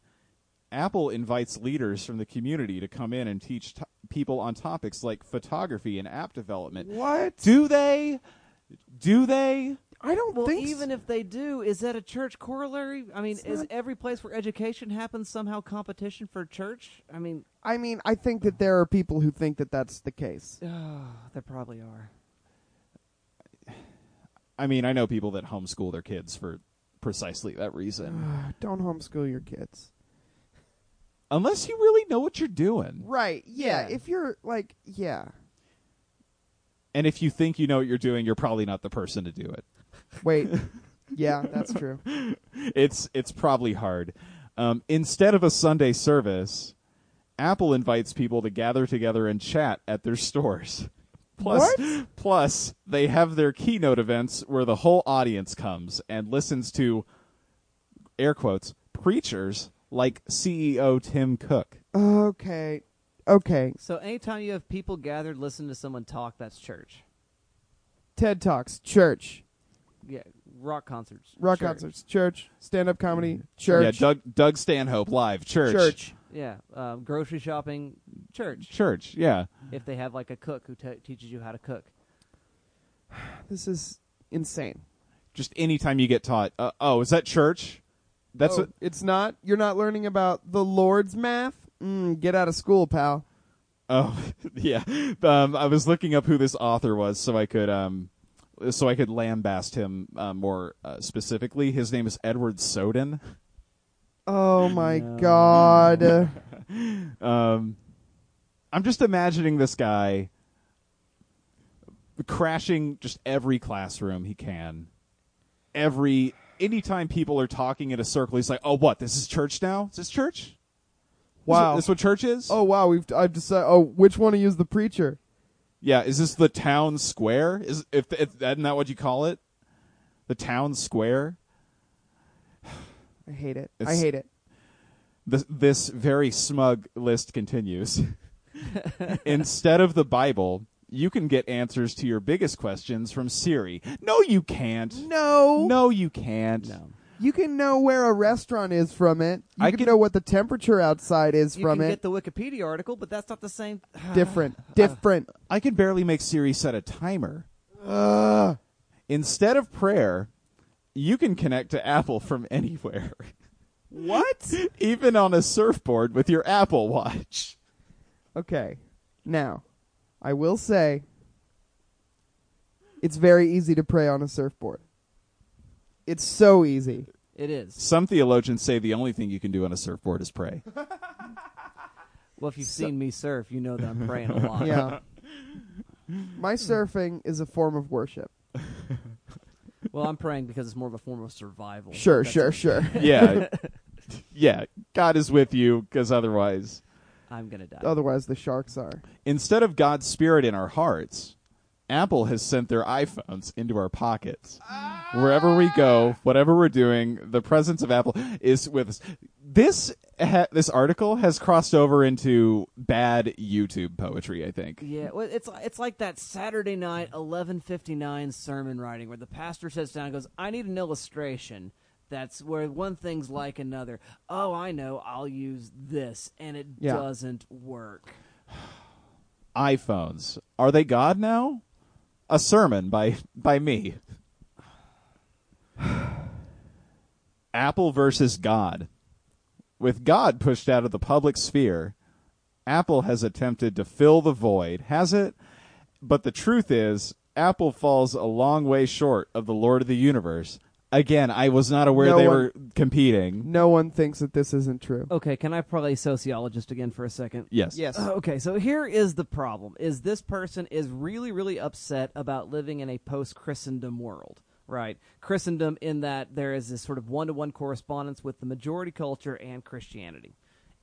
A: Apple invites leaders from the community to come in and teach to- people on topics like photography and app development.
B: What?
A: Do they? Do they?
B: I don't
E: Well,
B: think
E: even
B: so.
E: if they do, is that a church corollary? I mean, is every place where education happens somehow competition for church? I mean,
B: I mean, I think that there are people who think that that's the case.
E: there probably are.
A: I mean, I know people that homeschool their kids for precisely that reason.
B: Don't homeschool your kids.
A: Unless you really know what you're doing.
B: Right. Yeah.
E: Yeah.
B: If you're like, yeah.
A: And if you think you know what you're doing, you're probably not the person to do it.
B: Wait. yeah, that's true.
A: it's it's probably hard. Um, instead of a Sunday service, Apple invites people to gather together and chat at their stores. Plus, plus they have their keynote events where the whole audience comes and listens to air quotes preachers like CEO Tim Cook.
B: Okay. Okay.
E: So anytime you have people gathered, listen to someone talk, that's church.
B: TED Talks, church,
E: Yeah, rock concerts,
B: rock
E: church.
B: concerts, church, stand up comedy, church.
A: Yeah, Doug Doug Stanhope live church
B: Church.
E: Yeah, uh, grocery shopping, church.
A: church. Yeah,
E: if they have like a cook who te- teaches you how to cook.
B: This is insane.
A: Just anytime you get taught, uh, oh, is that church? That's
B: Oh,
A: what.
B: it's not. You're not learning about the Lord's math. Mm, get out of school, pal.
A: Oh, yeah. Um, I was looking up who this author was so I could um, so I could lambaste him uh, more uh, specifically. His name is Edward Soden.
B: Oh my
E: No.
B: god. Uh,
A: Um, I'm just imagining this guy crashing just every classroom he can. Every anytime people are talking in a circle, he's like, "Oh, what? This is church now? Is this church?
B: Wow.
A: is this what church is?
B: oh wow, we've I've decided. Oh, which one to use the preacher?
A: Yeah, is this the town square? Is if, if isn't that what you call it? The town square.
B: I hate it. I
A: It's-
B: hate it.
A: This this very smug list continues. Instead of the Bible, you can get answers to your biggest questions from Siri. No, you can't.
B: No,
A: No, you can't.
E: No.
B: You can know where a restaurant is from it. You
A: I
B: can,
A: can-
B: know what the temperature outside is
E: You
B: from
E: can
B: it.
E: get the Wikipedia article, but that's not the same.
B: different, different.
A: I can barely make Siri set a timer. Instead of prayer, you can connect to Apple from anywhere.
B: what?
A: Even on a surfboard with your Apple Watch.
B: Okay. Now, I will say it's very easy to pray on a surfboard. It's so easy.
E: It is.
A: Some theologians say the only thing you can do on a surfboard is pray.
E: Well, if you've seen me surf, you know that I'm praying a lot.
B: Yeah. My surfing is a form of worship.
E: Well, I'm praying because it's more of a form of survival.
B: Sure,
E: That's
B: sure,
E: it.
B: sure.
A: yeah. Yeah, God is with you because otherwise,
E: I'm gonna die.
B: Otherwise, the sharks are.
A: instead of God's spirit in our hearts, Apple has sent their iPhones into our pockets. Wherever we go, whatever we're doing, the presence of Apple is with us. This ha- this article has crossed over into bad YouTube poetry, I think.
E: Yeah, well, it's it's like that Saturday night eleven fifty nine sermon writing where the pastor sits down and goes, "I need an illustration." That's where one thing's like another. Oh, I know. I'll use this, and it
B: Yeah.
E: doesn't work.
A: iPhones. Are they God now? A sermon by by me. Apple versus God. With God pushed out of the public sphere, Apple has attempted to fill the void, has it? But the truth is, Apple falls a long way short of the Lord of the Universe. Again, I was not aware
B: No
A: they
B: one-
A: were competing.
B: No one thinks that this isn't true.
E: Okay, can I play sociologist again for a second?
A: Yes.
B: Yes.
E: Uh, Okay, so here is the problem: is this person is really, really upset about living in a post-Christendom world, right? Christendom, in that there is this sort of one-to-one correspondence with the majority culture and Christianity,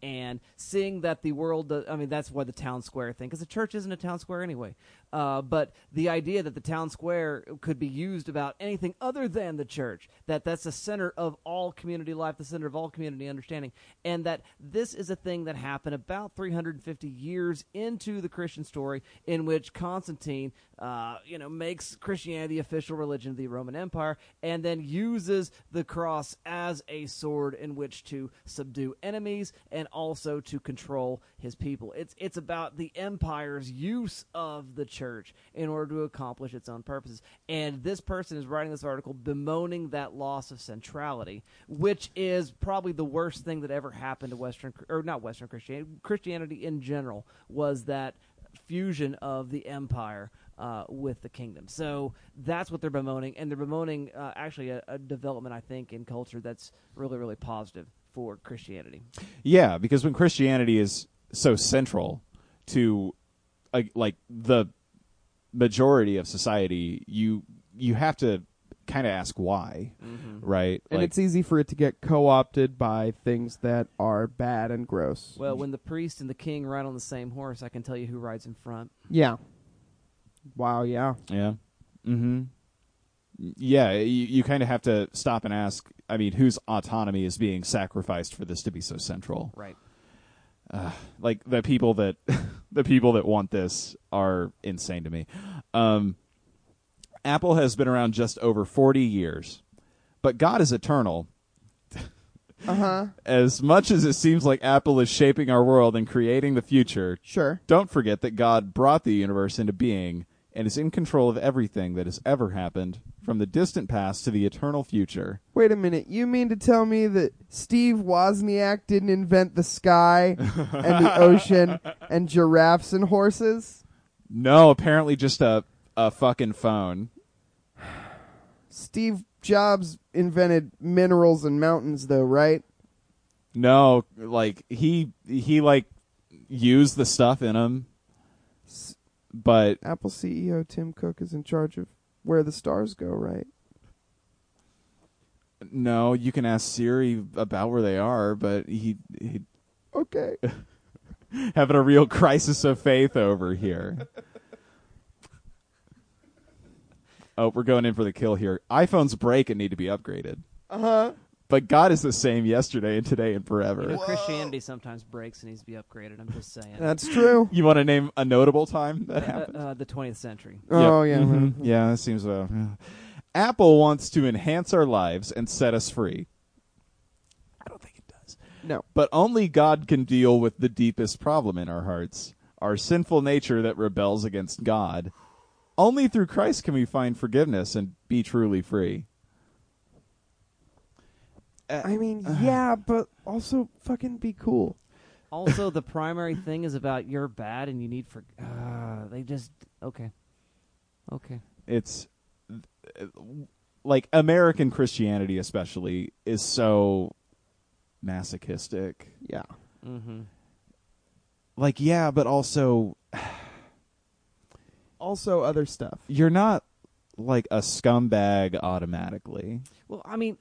E: and seeing that the world—I mean, that's why the town square thing, because the church isn't a town square anyway. Uh, but the idea that the town square could be used about anything other than the church—that that's the center of all community life, the center of all community understanding, and that this is a thing that happened about 350 years into the Christian story, in which Constantine, uh, you know, makes Christianity the official religion of the Roman Empire, and then uses the cross as a sword in which to subdue enemies and also to control his people. It's it's about the empire's use of the church in order to accomplish its own purposes. And this person is writing this article bemoaning that loss of centrality, which is probably the worst thing that ever happened to Western or not Western Christianity, Christianity in general was that fusion of the empire uh, with the kingdom. So that's what they're bemoaning, and they're bemoaning uh, actually a, a development I think in culture that's really really positive for Christianity.
A: Yeah, because when Christianity is so central to uh, like the majority of society, you you have to kind of ask why, right?
B: Mm-hmm. And
A: Like,
B: it's e easy for it to get co opted by things that are bad and gross.
E: Well, when the priest and the king ride on the same horse, I can tell you who rides in front.
B: Yeah. Wow, yeah.
A: yeah. Mhm. Yeah, you, you kind of have to stop and ask, I mean, whose autonomy is being sacrificed for this to be so central?
E: Right.
A: like the people that the people that want this are insane to me. Um, Apple has been around just over 40 years, but God is eternal.
B: Uh huh.
A: As much as it seems like Apple is shaping our world and creating the future,
B: Sure.
A: don't forget that God brought the universe into being and is in control of everything that has ever happened, from the distant past to the eternal future.
B: Wait a minute. You mean to tell me that Steve Wozniak didn't invent the sky and the ocean and giraffes and horses?
A: No, apparently just a a fucking phone.
B: Steve Jobs invented minerals and mountains, though, right?
A: No, like he he like used the stuff in him, but
B: Apple CEO Tim Cook is in charge of where the stars go, right?
A: no, you can ask Siri about where they are, but he he
B: Okay.
A: having a real crisis of faith over here. oh, we're going in for the kill here. iPhones break and need to be upgraded. Uh huh. But God is the same yesterday and today and forever.
E: You know, Christianity sometimes breaks and needs to be upgraded. I'm just saying.
B: That's true.
A: You want to name a notable time that
E: Uh,
A: happened?
E: uh, the 20th century.
B: Oh, yeah.
A: Mhm. Yeah, that seems uh, yeah. Apple wants to enhance our lives and set us free. I don't think it does.
B: No.
A: But only God can deal with the deepest problem in our hearts, our sinful nature that rebels against God. Only through Christ can we find forgiveness and be truly free.
B: I mean, yeah, but also fucking be cool.
E: Also, the primary thing is about you're bad and you need for. Uh, they just okay, okay.
A: It's uh, like American Christianity, especially, is so masochistic.
B: Yeah.
E: Mm-hmm.
A: Like, yeah, but also
B: Also, other stuff.
A: you're not like a scumbag automatically.
E: Well, I mean,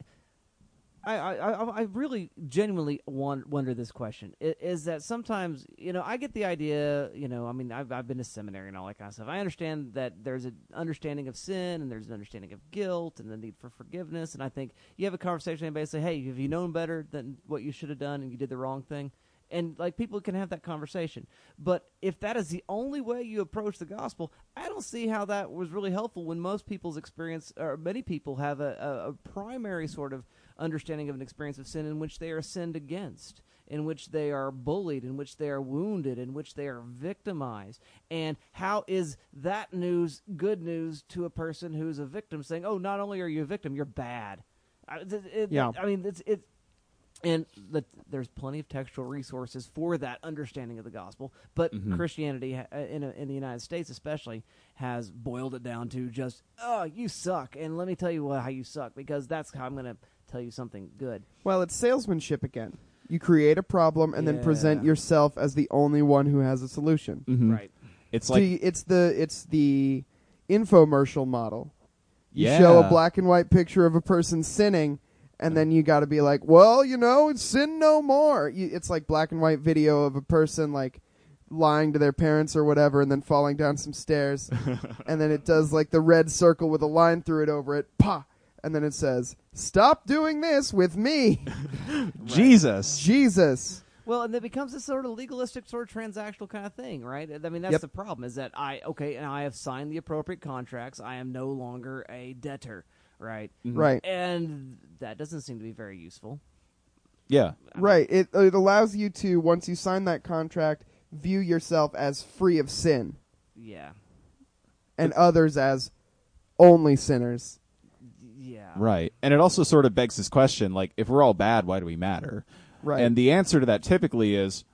E: I I, I, I really genuinely won- wonder this question. I- Is that sometimes you know I get the idea you know I mean I've I've been to seminary and all that kind of stuff. I understand that there's an understanding of sin and there's an understanding of guilt and the need for forgiveness. And I think you have a conversation and basically, hey, have you known better than what you should have done and you did the wrong thing? And like people can have that conversation, but if that is the only way you approach the gospel, I don't see how that was really helpful when most people's experience, or many people, have a, a, a primary sort of understanding of an experience of sin in which they are sinned against, in which they are bullied, in which they are wounded, in which they are victimized. And how is that news good news to a person who's a victim, saying, "Oh, not only are you a victim, you're bad." I, it, it-
B: Yeah.
E: I mean, it's it and the, there's plenty of textual resources for that understanding of the gospel but christianity ha- uh, in, a, in the united states especially has boiled it down to just oh you suck and let me tell you why- how you suck because that's how i'm going to tell you something good
B: Well, it's salesmanship again. You create a problem and then present
E: Yeah.
B: yourself as the only one who has a solution.
E: right
A: Mm-hmm. It's
B: So
A: like
B: you- it's the it's the infomercial model. You
A: yeah.
B: show a black and white picture of a person sinning, and then you got to be like, "Well, you know, sin no more." You, it's like black and white video of a person like lying to their parents or whatever, and then falling down some stairs, and then it does like the red circle with a line through it over it, pa, and then it says, "Stop doing this with me,
A: Jesus.
B: Jesus."
A: Uh-huh.
E: Well, and it becomes this sort of legalistic, sort of transactional kind of thing, right? I mean, that's
B: Yep.
E: the problem is that I, okay, and I have signed the appropriate contracts. I am no longer a debtor, right?
B: Right.
E: And that doesn't seem to be very useful.
A: Yeah.
B: Right. It it allows you to once you sign that contract, view yourself as free of sin
E: Yeah.
B: and others as only sinners.
E: Yeah.
A: Right. And it also sort of begs this question like if we're all bad, why do we matter?
B: Right.
A: And the answer to that typically is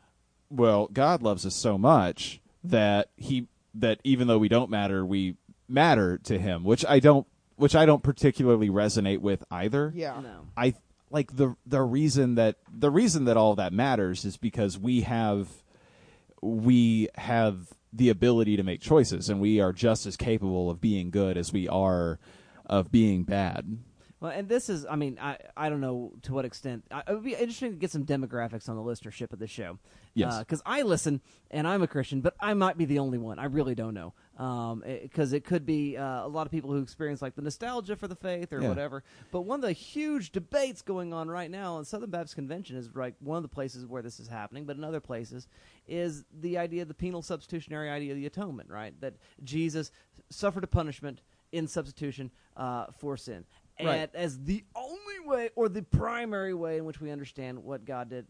A: well, God loves us so much that he that even though we don't matter, we matter to him, which I don't which I don't particularly resonate with either.
B: Yeah.
E: No.
A: I like the the reason that the reason that all that matters is because we have we have the ability to make choices and we are just as capable of being good as we are of being bad.
E: Well, and this is, I mean, I, I don't know to what extent. I, it would be interesting to get some demographics on the listenership of the show. Uh,
A: Yes.
E: Because I listen, and I'm a Christian, but I might be the only one. I really don't know. Because it could be uh, a lot of people who experience like the nostalgia for the faith or
A: Yeah.
E: whatever. But one of the huge debates going on right now in Southern Baptist Convention is like one of the places where this is happening, but in other places is the idea, the penal substitutionary idea of the atonement, right? That Jesus suffered a punishment in substitution uh, for sin and
B: Right.
E: as the only way or the primary way in which we understand what God did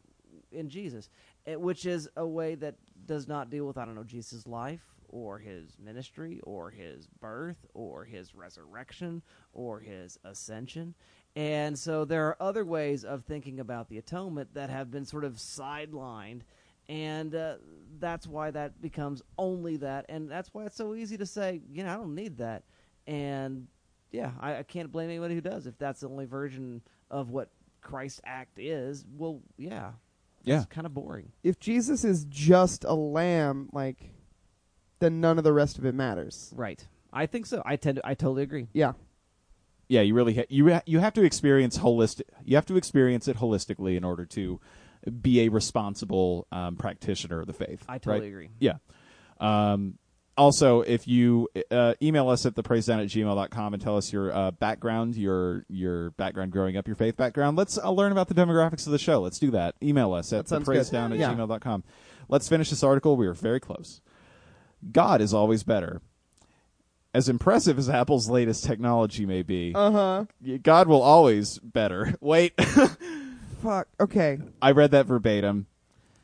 E: in Jesus. eh, which is a way that does not deal with I don't know Jesus' life or his ministry or his birth or his resurrection or his ascension. And so there are other ways of thinking about the atonement that have been sort of sidelined and uh, that's why that becomes only that and that's why it's so easy to say, you know, I don't need that. And yeah, I, I can't blame anybody who does if that's the only version of what Christ act is. Well, yeah.
A: Yeah.
E: It's kind of boring.
B: If Jesus is just a lamb, like, then none of the rest of it matters.
E: Right. I think so. I tend to, I totally agree.
B: Yeah.
A: yeah, you really ha- you ha- you have to experience holistic. You have to experience it holistically in order to be a responsible um, practitioner of the faith.
E: I totally
A: right?
E: agree.
A: Yeah. Um, also, if you uh, email us at thepraisedown at gmail.com and tell us your uh, background, your your background growing up, your faith background, let's uh, learn about the demographics of the show. Let's do that. Email us at
B: That sounds
A: thepraisedown at
B: good. Yeah.
A: gmail.com. Let's finish this article. We were very close. God is always better. As impressive as Apple's latest technology may be,
B: Uh-huh.
A: God will always better. Wait,
B: Fuck. Okay.
A: I read that verbatim.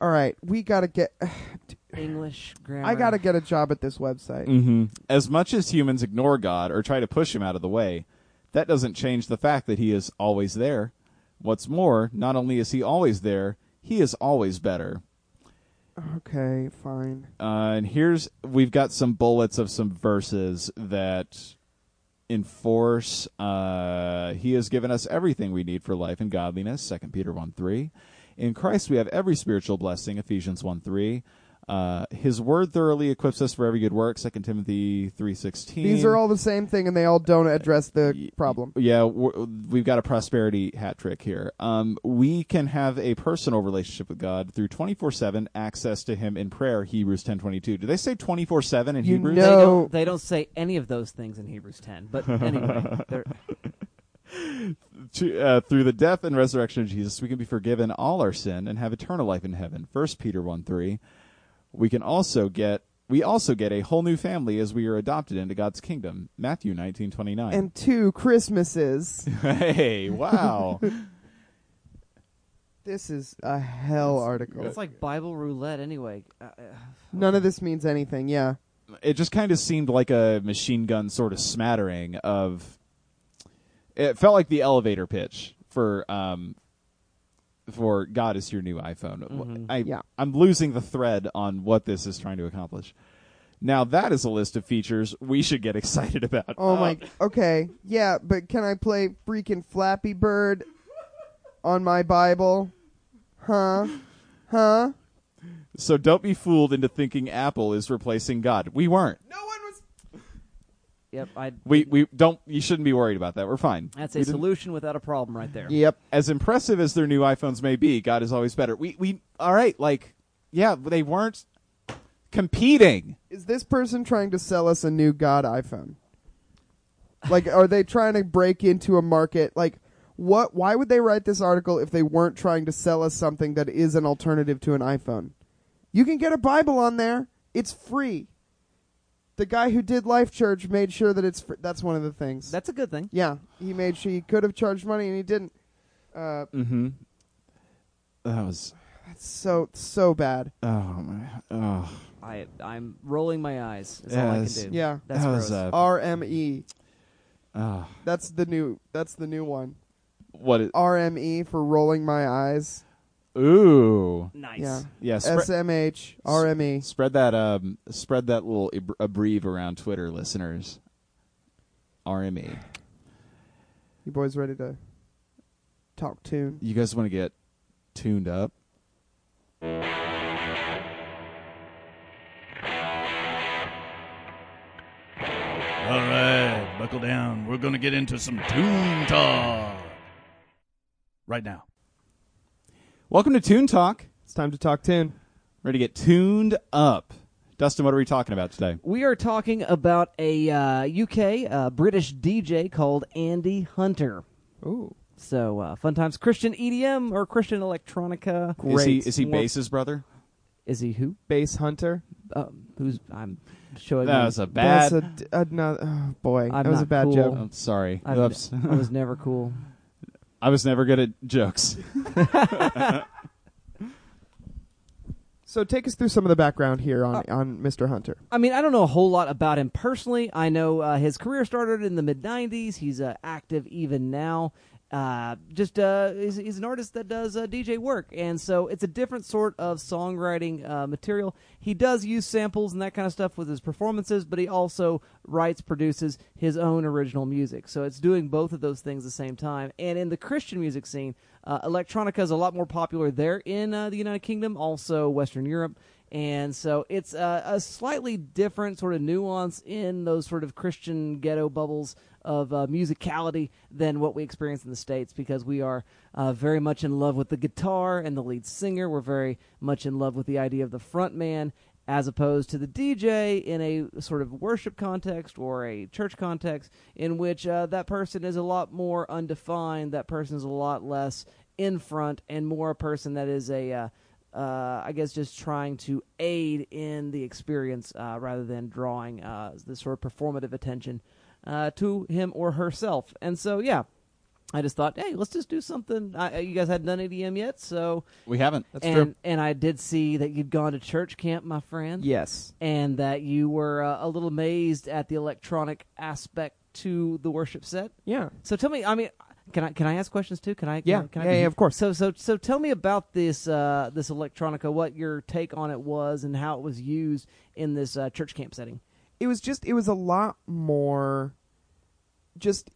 B: All right. We got to get
E: English grammar.
B: I got to get a job at this website.
A: Mm-hmm. As much as humans ignore God or try to push him out of the way, that doesn't change the fact that he is always there. What's more, not only is he always there, he is always better.
B: Okay, fine.
A: Uh, and here's we've got some bullets of some verses that enforce uh, he has given us everything we need for life and godliness 2 peter 1 3 in christ we have every spiritual blessing ephesians 1 3 uh, his word thoroughly equips us for every good work 2 timothy 3.16
B: These are all the same thing and they all don't address the
A: Y-
B: problem.
A: yeah we're- we've got a prosperity hat trick here um, we can have a personal relationship with god through 24-7 access to him in prayer hebrews 10.22 do they say 24-7 in
B: You
A: hebrews
E: they
B: know- No.
E: don't they don't say any of those things in Hebrews 10, but anyway, they're
A: to, uh, through the death and resurrection of Jesus, we can be forgiven all our sin and have eternal life in heaven. First Peter one three. We can also get we also get a whole new family as we are adopted into God's kingdom. Matthew nineteen twenty nine.
B: And two Christmases.
A: hey, wow.
B: this is a hell article.
E: it's like Bible roulette anyway. Uh, uh,
B: None of this means anything. Yeah.
A: it just kind of seemed like a machine gun sort of smattering of. It felt like the elevator pitch for um, for God is your new iPhone.
E: Mm-hmm.
A: I,
B: Yeah.
A: I'm losing the thread on what this is trying to accomplish. Now that is a list of features we should get excited about.
B: Oh
E: Um,
B: my. Okay. Yeah, but can I play freaking Flappy Bird on my Bible? Huh? Huh?
A: So don't be fooled into thinking Apple is replacing God. We weren't.
E: yep, I
A: We we don't. You shouldn't be worried about that. We're fine.
E: that's
A: We
E: a
A: didn't-
E: solution without a problem right there.
B: Yep.
A: as impressive as their new iPhones may be, God is always better. We we all right, like yeah, they weren't competing.
B: Is this person trying to sell us a new God iPhone? Like, are they trying to break into a market? Like, what? Why would they write this article if they weren't trying to sell us something that is an alternative to an iPhone? You can get a Bible on there. It's free. The guy who did Life Church made sure that it's. Fr- that's one of the things.
E: That's a good thing.
B: yeah, he made sure he could have charged money and he didn't. Uh,
A: Mm-hmm. That was
B: that's so so bad.
A: oh man, oh
E: I I'm rolling my eyes. Is all I
A: Yes.
E: can do.
B: Yeah.
E: That's
A: that
E: gross.
A: was uh,
B: R M E.
A: ah.
B: That's the new. That's the new one.
A: what it,
B: R M E for rolling my eyes.
A: ooh
E: nice.
B: Yeah.
A: yeah spre-
B: SMH RME.
A: spread that um spread that little ab- abreve around Twitter listeners. E. RME.
B: You boys ready to talk tune?
A: You guys want to get tuned up?
D: All right, buckle down. We're going to get into some tune talk right now.
A: Welcome to Tune Talk.
B: It's time to talk tune.
A: Ready to get tuned up. Dustin, what are we talking about today?
E: We are talking about a uh, UK uh, British DJ called Andy Hunter.
B: Ooh,
E: So uh, fun times Christian EDM or Christian electronica.
A: Is he
B: Great.
A: is he
E: Well-
A: Bass's brother?
E: Is he who?
B: bass hunter.
E: Um, who's I'm showing.
A: That
E: my-
A: was a bad.
B: That's a, d- another. Oh boy,
E: I'm
B: that was a
E: not
B: bad
E: cool.
B: joke.
A: I'm Oh, sorry.
E: I've-
A: Oops.
E: I was never cool.
A: I was never good at jokes.
B: So take us through some of the background here
E: Uh,
B: on, on Mr. Hunter.
E: I mean, I don't know a whole lot about him personally. I know uh, his career started in the mid '90s. He's uh, active even now. Uh, just uh, he's, he's an artist that does uh, DJ work, and so it's a different sort of songwriting uh, material. He does use samples and that kind of stuff with his performances, but he also writes, produces his own original music. So it's doing both of those things at the same time. And in the Christian music scene, uh, electronica is a lot more popular there in uh, the United Kingdom, also Western Europe and so it's a, a slightly different sort of nuance in those sort of Christian ghetto bubbles of uh, musicality than what we experience in the states because we are uh, very much in love with the guitar and the lead singer. We're very much in love with the idea of the front man as opposed to the DJ in a sort of worship context or a church context in which uh, that person is a lot more undefined. That person is a lot less in front and more a person that is a uh, uh, I guess just trying to aid in the experience uh, rather than drawing uh, the sort of performative attention uh, to him or herself. And so, yeah, I just thought, hey, let's just do something. I, uh, you guys hadn't done EDM yet, so
A: We haven't.
E: and, And I did see that you'd gone to church camp, my friend.
B: Yes.
E: And that you were uh, a little amazed at the electronic aspect to the worship set.
B: Yeah.
E: So tell me, I mean, can I can I ask questions too? Can I?
B: Yeah.
E: Can I, can
B: Yeah,
E: I,
B: yeah, of course.
E: So so so tell me about this uh, this electronica. What your take on it was, and how it was used in this uh, church camp setting.
B: It was just it was a lot more just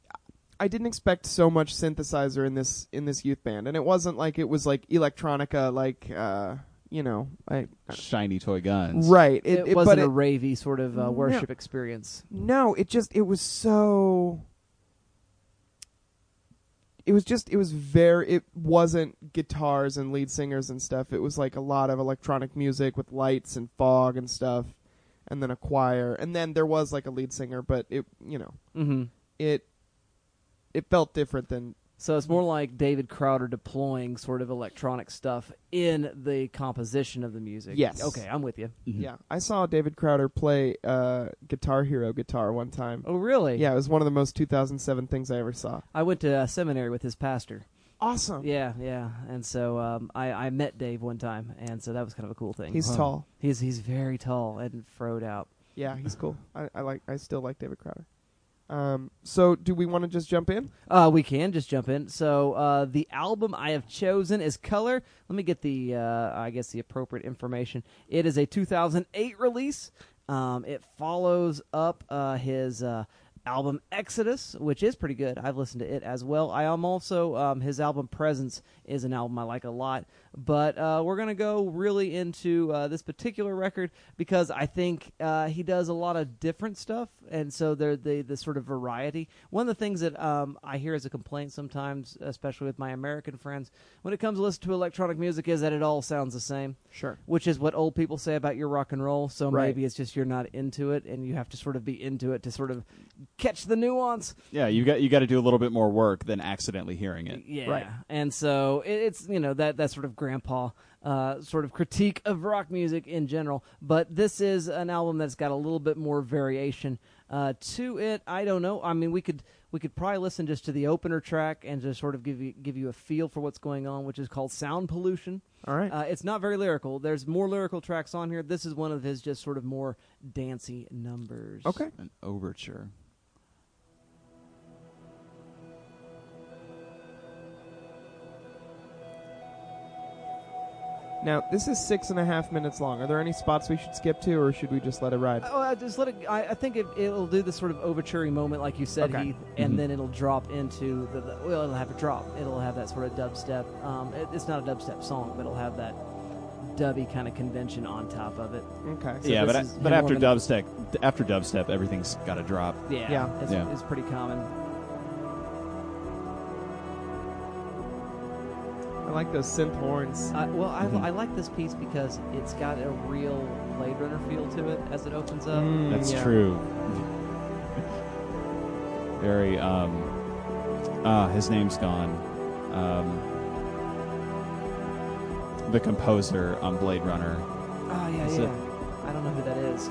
B: I didn't expect so much synthesizer in this in this youth band. And it wasn't like it was like electronica like uh you know, I
A: Shiny toy guns.
B: Right.
E: It,
B: It, it- but
E: wasn't a
B: it, Mm-hmm.
E: ravey sort of uh,
B: No.
E: worship experience.
B: No, it just it was so it was just it was very it wasn't guitars and lead singers and stuff. It was like a lot of electronic music with lights and fog and stuff and then a choir. And then there was like a lead singer, but it you know,
E: Mm-hmm.
B: it it felt different than
E: So it's more like David Crowder deploying sort of electronic stuff in the composition of the music.
B: Yes.
E: Okay, I'm with you.
B: yeah. I saw David Crowder play uh Guitar Hero guitar one time.
E: Oh, really?
B: Yeah, it was one of the most 2007 things I ever saw.
E: I went to uh, seminary with his pastor.
B: Awesome.
E: Yeah, yeah. And so um, I, I met Dave one time, and so that was kind of a cool thing.
B: He's tall.
E: He's he's very tall and froed out.
B: Yeah, he's cool. I, I like. I still like David Crowder. Um, so do we want to just jump in?
E: Uh, we can just jump in. So uh, the album I have chosen is Color. Let me get the uh, I guess the appropriate information. It is a 2008 release. Um, it follows up uh, his uh, album Exodus, which is pretty good. I've listened to it as well. I am also um, his album Presence is an album I like a lot. But uh, we're gonna go really into uh, this particular record because I think uh, he does a lot of different stuff, and so there the the sort of variety. One of the things that um, I hear as a complaint sometimes, especially with my American friends, when it comes to listen to electronic music, is that it all sounds the same.
B: Sure.
E: Which is what old people say about your rock and roll. So
B: Right.
E: maybe it's just you're not into it, and you have to sort of be into it to sort of catch the nuance.
A: Yeah, you got you got to do a little bit more work than accidentally hearing it.
E: Yeah.
B: Right.
E: And so it, it's you know that that sort of grandpa uh, sort of critique of rock music in general, but this is an album that's got a little bit more variation uh, to it. I don't know. I mean, we could we could probably listen just to the opener track and just sort of give you give you a feel for what's going on, which is called Sound Pollution.
B: All right.
E: Uh, it's not very lyrical. There's more lyrical tracks on here. This is one of his just sort of more dancey numbers.
B: okay.
A: An overture.
B: Now this is six and a half minutes long. Are there any spots we should skip to, or should we just let it ride?
E: Oh, I just let it. I, I think it, it'll do this sort of overturing moment, like you said,
B: Okay.
E: Heath, and
A: Mm-hmm.
E: then it'll drop into the, the. Well, it'll have a drop. It'll have that sort of dubstep. Um, it, it's not a dubstep song, but it'll have that dubby kind of convention on top of it.
B: Okay.
E: So
A: yeah,
E: this
A: but
E: is
A: but
E: him
A: after
E: warming-
A: dubstep, after dubstep, everything's got to drop.
E: Yeah,
B: Yeah.
E: It's,
A: Yeah.
E: it's pretty common.
B: I like those synth horns.
E: I, well, I,
A: Mm-hmm.
E: I like this piece because it's got a real Blade Runner feel to it as it opens up.
B: Mm,
A: That's
B: yeah.
A: true. Very. Um, ah, his name's gone. Um, the composer on Blade Runner.
E: Oh yeah,
A: That's
E: Oh, yeah.
A: it.
E: I don't know who that is.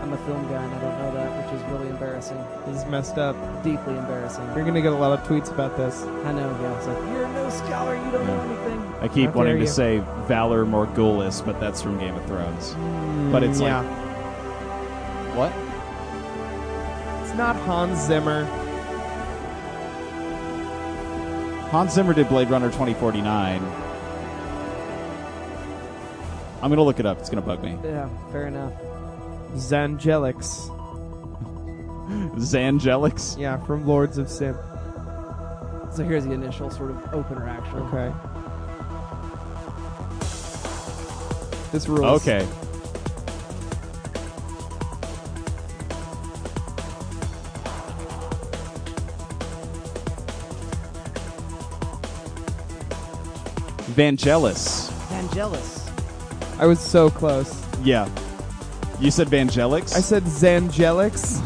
E: I'm a film guy and I don't know that, which is really embarrassing.
B: This is messed up.
E: Deeply embarrassing.
B: You're gonna get a lot of tweets about this.
E: I know, yeah. It's like, you're no scholar, you don't know anything.
A: I keep
B: How
A: wanting
B: dare
A: to
B: you.
A: say Valor Morgulis, but that's from Game of Thrones. But it's
B: Mm, yeah,
A: like what?
B: it's not Hans Zimmer.
A: Hans Zimmer did Blade Runner 2049. I'm gonna look it up. It's gonna bug me.
E: Yeah, fair enough.
B: Zangelix.
A: Zangelix.
B: Yeah, from Lords of Sim.
E: So here's the initial sort of opener, actually.
B: Okay. This rules.
A: Okay. Vangelis.
E: Vangelis.
B: I was so close.
A: Yeah. You said Vangelix?
B: I said Zangelix,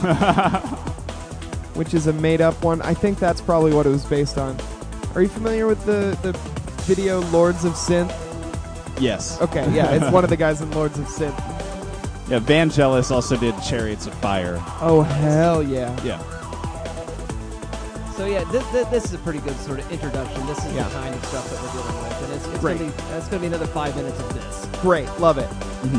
B: which is a made-up one. I think that's probably what it was based on. Are you familiar with the the video Lords of Synth?
A: yes.
B: Okay, yeah, it's one of the guys in Lords of Synth.
A: Yeah, Vangelis also did Chariots of Fire.
B: Oh hell yeah!
A: Yeah.
E: So yeah, this, this, this is a pretty good sort of introduction. This is
B: Yeah.
E: the kind of stuff that we're dealing with, and it's, it's
B: Great.
E: gonna be it's gonna be another five minutes of this.
B: Great, love it.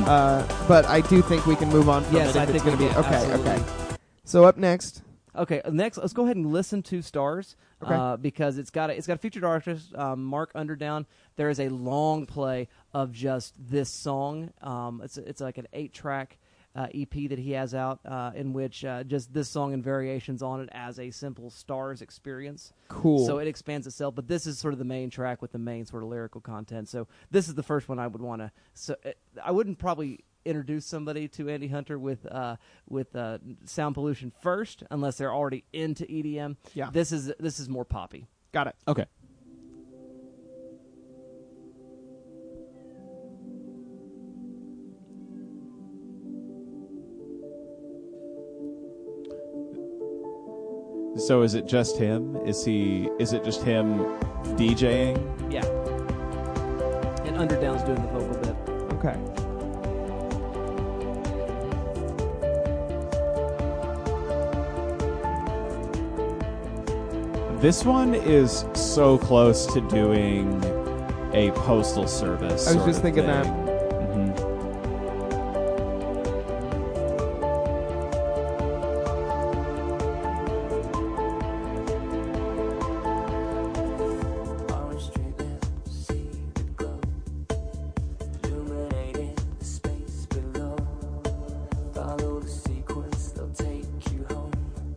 B: Uh, but I do think we can move on from
E: Mm-hmm. Yes,
B: it if
E: I
B: it's
E: think
B: going to
E: we
B: be
E: can,
B: okay. Okay.
E: absolutely.
B: So up next,
E: Okay, uh, next let's go ahead and listen to Stars
B: Okay.
E: uh, because it's got a, it's got a featured artist um, Mark Underdown. There is a long play of just this song. Um, it's it's like an eight track. Uh, EP that he has out, uh, in which uh, just this song and variations on it as a simple stars experience.
B: cool.
E: So it expands itself, but this is sort of the main track with the main sort of lyrical content. So this is the first one I would want to. So uh, I wouldn't probably introduce somebody to Andy Hunter with uh, with uh, sound pollution first, unless they're already into EDM.
B: Yeah.
E: This is this is more poppy.
B: Got it.
A: Okay. So is it just him? Is he is it just him DJing?
E: Yeah. And Underdown's doing the vocal bit.
B: Okay.
A: This one is so close to doing a postal service.
B: I was
A: sort
B: just
A: of
B: thinking
A: thing.
B: that.
A: Mhm.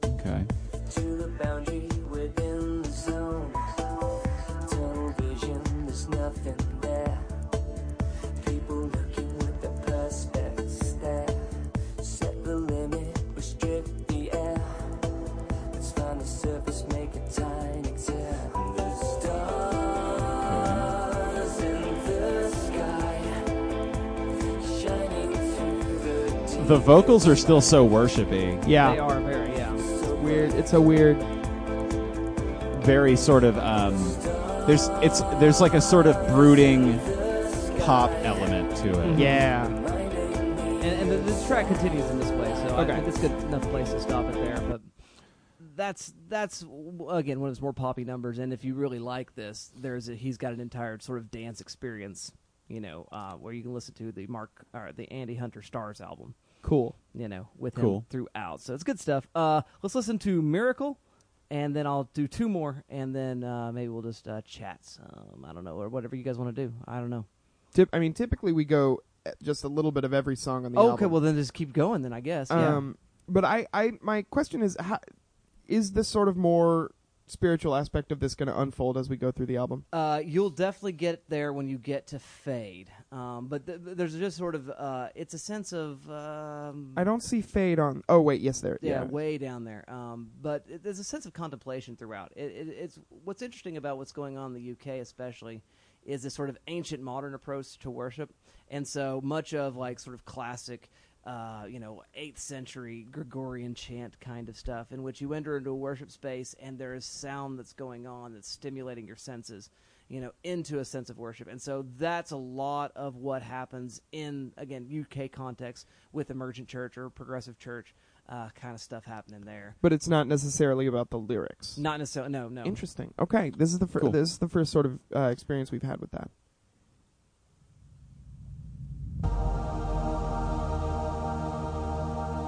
A: Mm-hmm. Okay. The vocals are still so worshipy.
E: They
B: Yeah.
E: are very yeah.
B: It's weird. It's a weird.
A: very sort of um, there's it's there's like a sort of brooding pop element to
B: Mm-hmm.
A: it.
E: Mm-hmm.
B: Yeah.
E: And, and this track continues in this way, so
B: Okay.
E: I think it's good enough place to stop it there. But that's that's w- again one of his more poppy numbers. And if you really like this, there's a, he's got an entire sort of dance experience, you know, uh, where you can listen to the Mark or the Andy Hunter Stars album,
B: Cool.
E: you know, with
A: Cool.
E: him throughout. So it's good stuff. Uh, let's listen to Miracle. And then I'll do two more, and then uh, maybe we'll just uh, chat some. I don't know, or whatever you guys want to do. I don't know.
B: Tip, I mean, typically we go uh, just a little bit of every song on the
E: Oh,
B: album.
E: okay, well then just keep going. Then I guess. Yeah.
B: Um, but I, I, my question is, how, is this sort of more spiritual aspect of this going to unfold as we go through the album?
E: Uh, you'll definitely get there when you get to fade. Um, but th- th- there's just sort of uh, it's a sense of um,
B: I don't see fade on. Oh wait, yes, there.
E: yeah,
B: Yeah,
E: way down there. Um, but it, there's a sense of contemplation throughout. It, it, it's what's interesting about what's going on in the UK, especially, is this sort of ancient modern approach to worship, and so much of like sort of classic. Uh, you know, eighth century Gregorian chant kind of stuff, in which you enter into a worship space and there is sound that's going on that's stimulating your senses, you know, into a sense of worship. And so that's a lot of what happens in, again, UK context with emergent church or progressive church uh, kind of stuff happening there.
B: But it's not necessarily about the lyrics.
E: Not necessarily, no, no.
B: Interesting. Okay, this is the fir-
D: Cool.
B: this is the first sort of uh, experience we've had with that.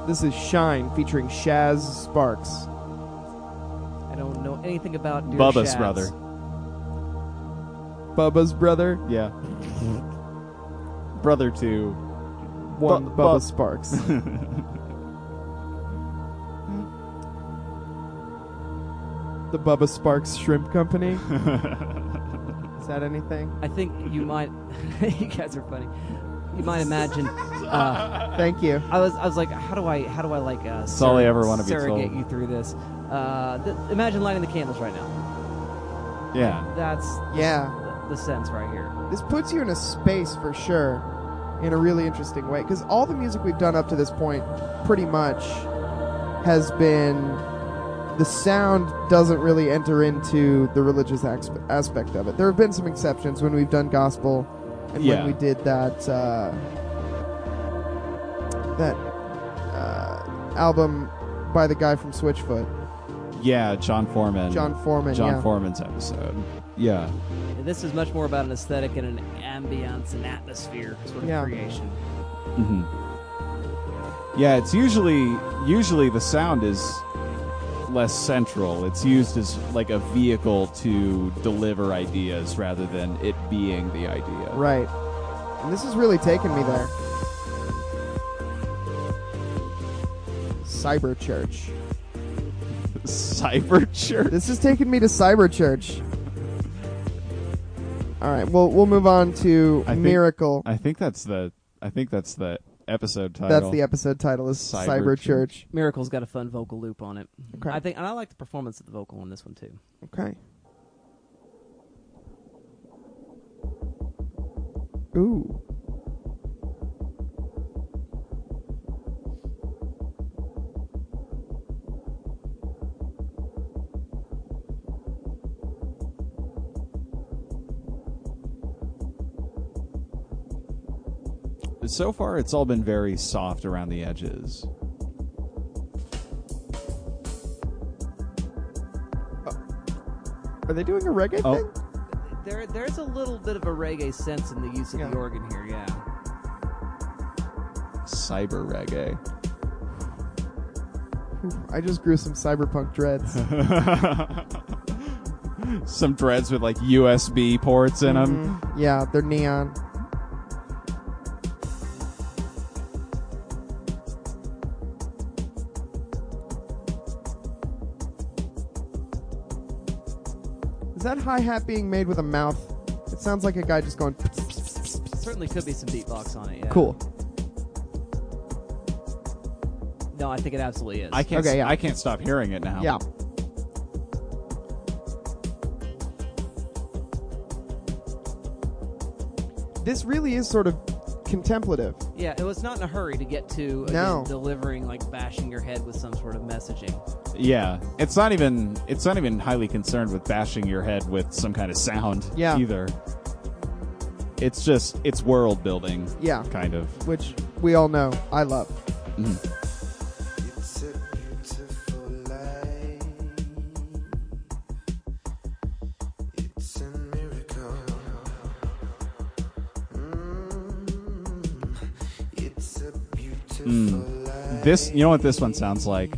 B: This is Shine featuring Shaz Sparks.
E: I don't know anything about Dear
A: Bubba's
E: Shads.
A: brother.
B: Bubba's brother,
A: Yeah. brother two.
B: one
A: Bu-
B: Bubba
A: bu-
B: Sparks. the Bubba Sparks Shrimp Company. is that anything?
E: I think you might. you guys are funny. You might imagine. Uh,
B: Thank you.
E: I was. I was like, how do I? How do I like? Uh,
A: That's all I ever wanna be
E: Surrogate
A: told.
E: you through this. Uh, th- imagine lighting the candles right now.
A: Yeah.
E: That's
B: Yeah.
E: the, the sense right here.
B: this puts you in a space for sure in a really interesting way because all the music we've done up to this point pretty much has been the sound doesn't really enter into the religious asp- aspect of it there have been some exceptions when we've done gospel and
A: Yeah.
B: when we did that uh, that uh, album by the guy from switchfoot
A: Yeah, John Foreman.
B: john foreman
A: John
B: yeah.
A: Foreman's episode. Yeah.
E: This is much more about an aesthetic and an ambiance and atmosphere sort of
B: Yeah.
E: creation.
A: hmm Yeah, it's usually usually the sound is less central. It's used as like a vehicle to deliver ideas rather than it being the idea.
B: Right. And this has really taken me there. Cyber Church.
A: Cyber church.
B: This has taken me to Cyber Church. All right. Well, we'll move on to
A: I think-
B: Miracle.
A: I think that's the I think that's the episode title.
B: That's the episode title is
A: Cyber
B: Cyber,
A: Church.
B: Church.
E: Miracle's got a fun vocal loop on it.
B: Okay.
E: I think, and I like the performance of the vocal on this one too.
B: Okay. Ooh.
A: so far it's all been very soft around the edges.
B: Are they doing a reggae
A: Oh.
B: thing?
E: There, there's a little bit of a reggae sense in the use of
B: Yeah.
E: the organ here. Yeah.
A: Cyber reggae.
B: I just grew some cyberpunk dreads.
A: Some dreads with like USB ports in
B: Mm-hmm.
A: them.
B: yeah, they're neon. Is that hi hat being made with a mouth? It sounds like a guy just going.
E: Certainly could be some beatbox on it. Yeah.
B: Cool.
E: No, I think it absolutely is.
A: I can't
B: Okay, yeah.
A: I can't stop hearing it now.
B: Yeah. This really is sort of contemplative.
E: Yeah, it was not in a hurry to get to again,
B: No.
E: delivering like bashing your head with some sort of messaging.
A: Mm-hmm. Yeah, it's not even it's not even highly concerned with bashing your head with some kind of sound
B: Yeah.
A: either. It's just it's world building,
B: Yeah.
A: kind of.
B: Which we all know I love.
G: It's a beautiful life. It's a miracle. Mm, it's a beautiful life.
A: Hmm. This you know what this one sounds like?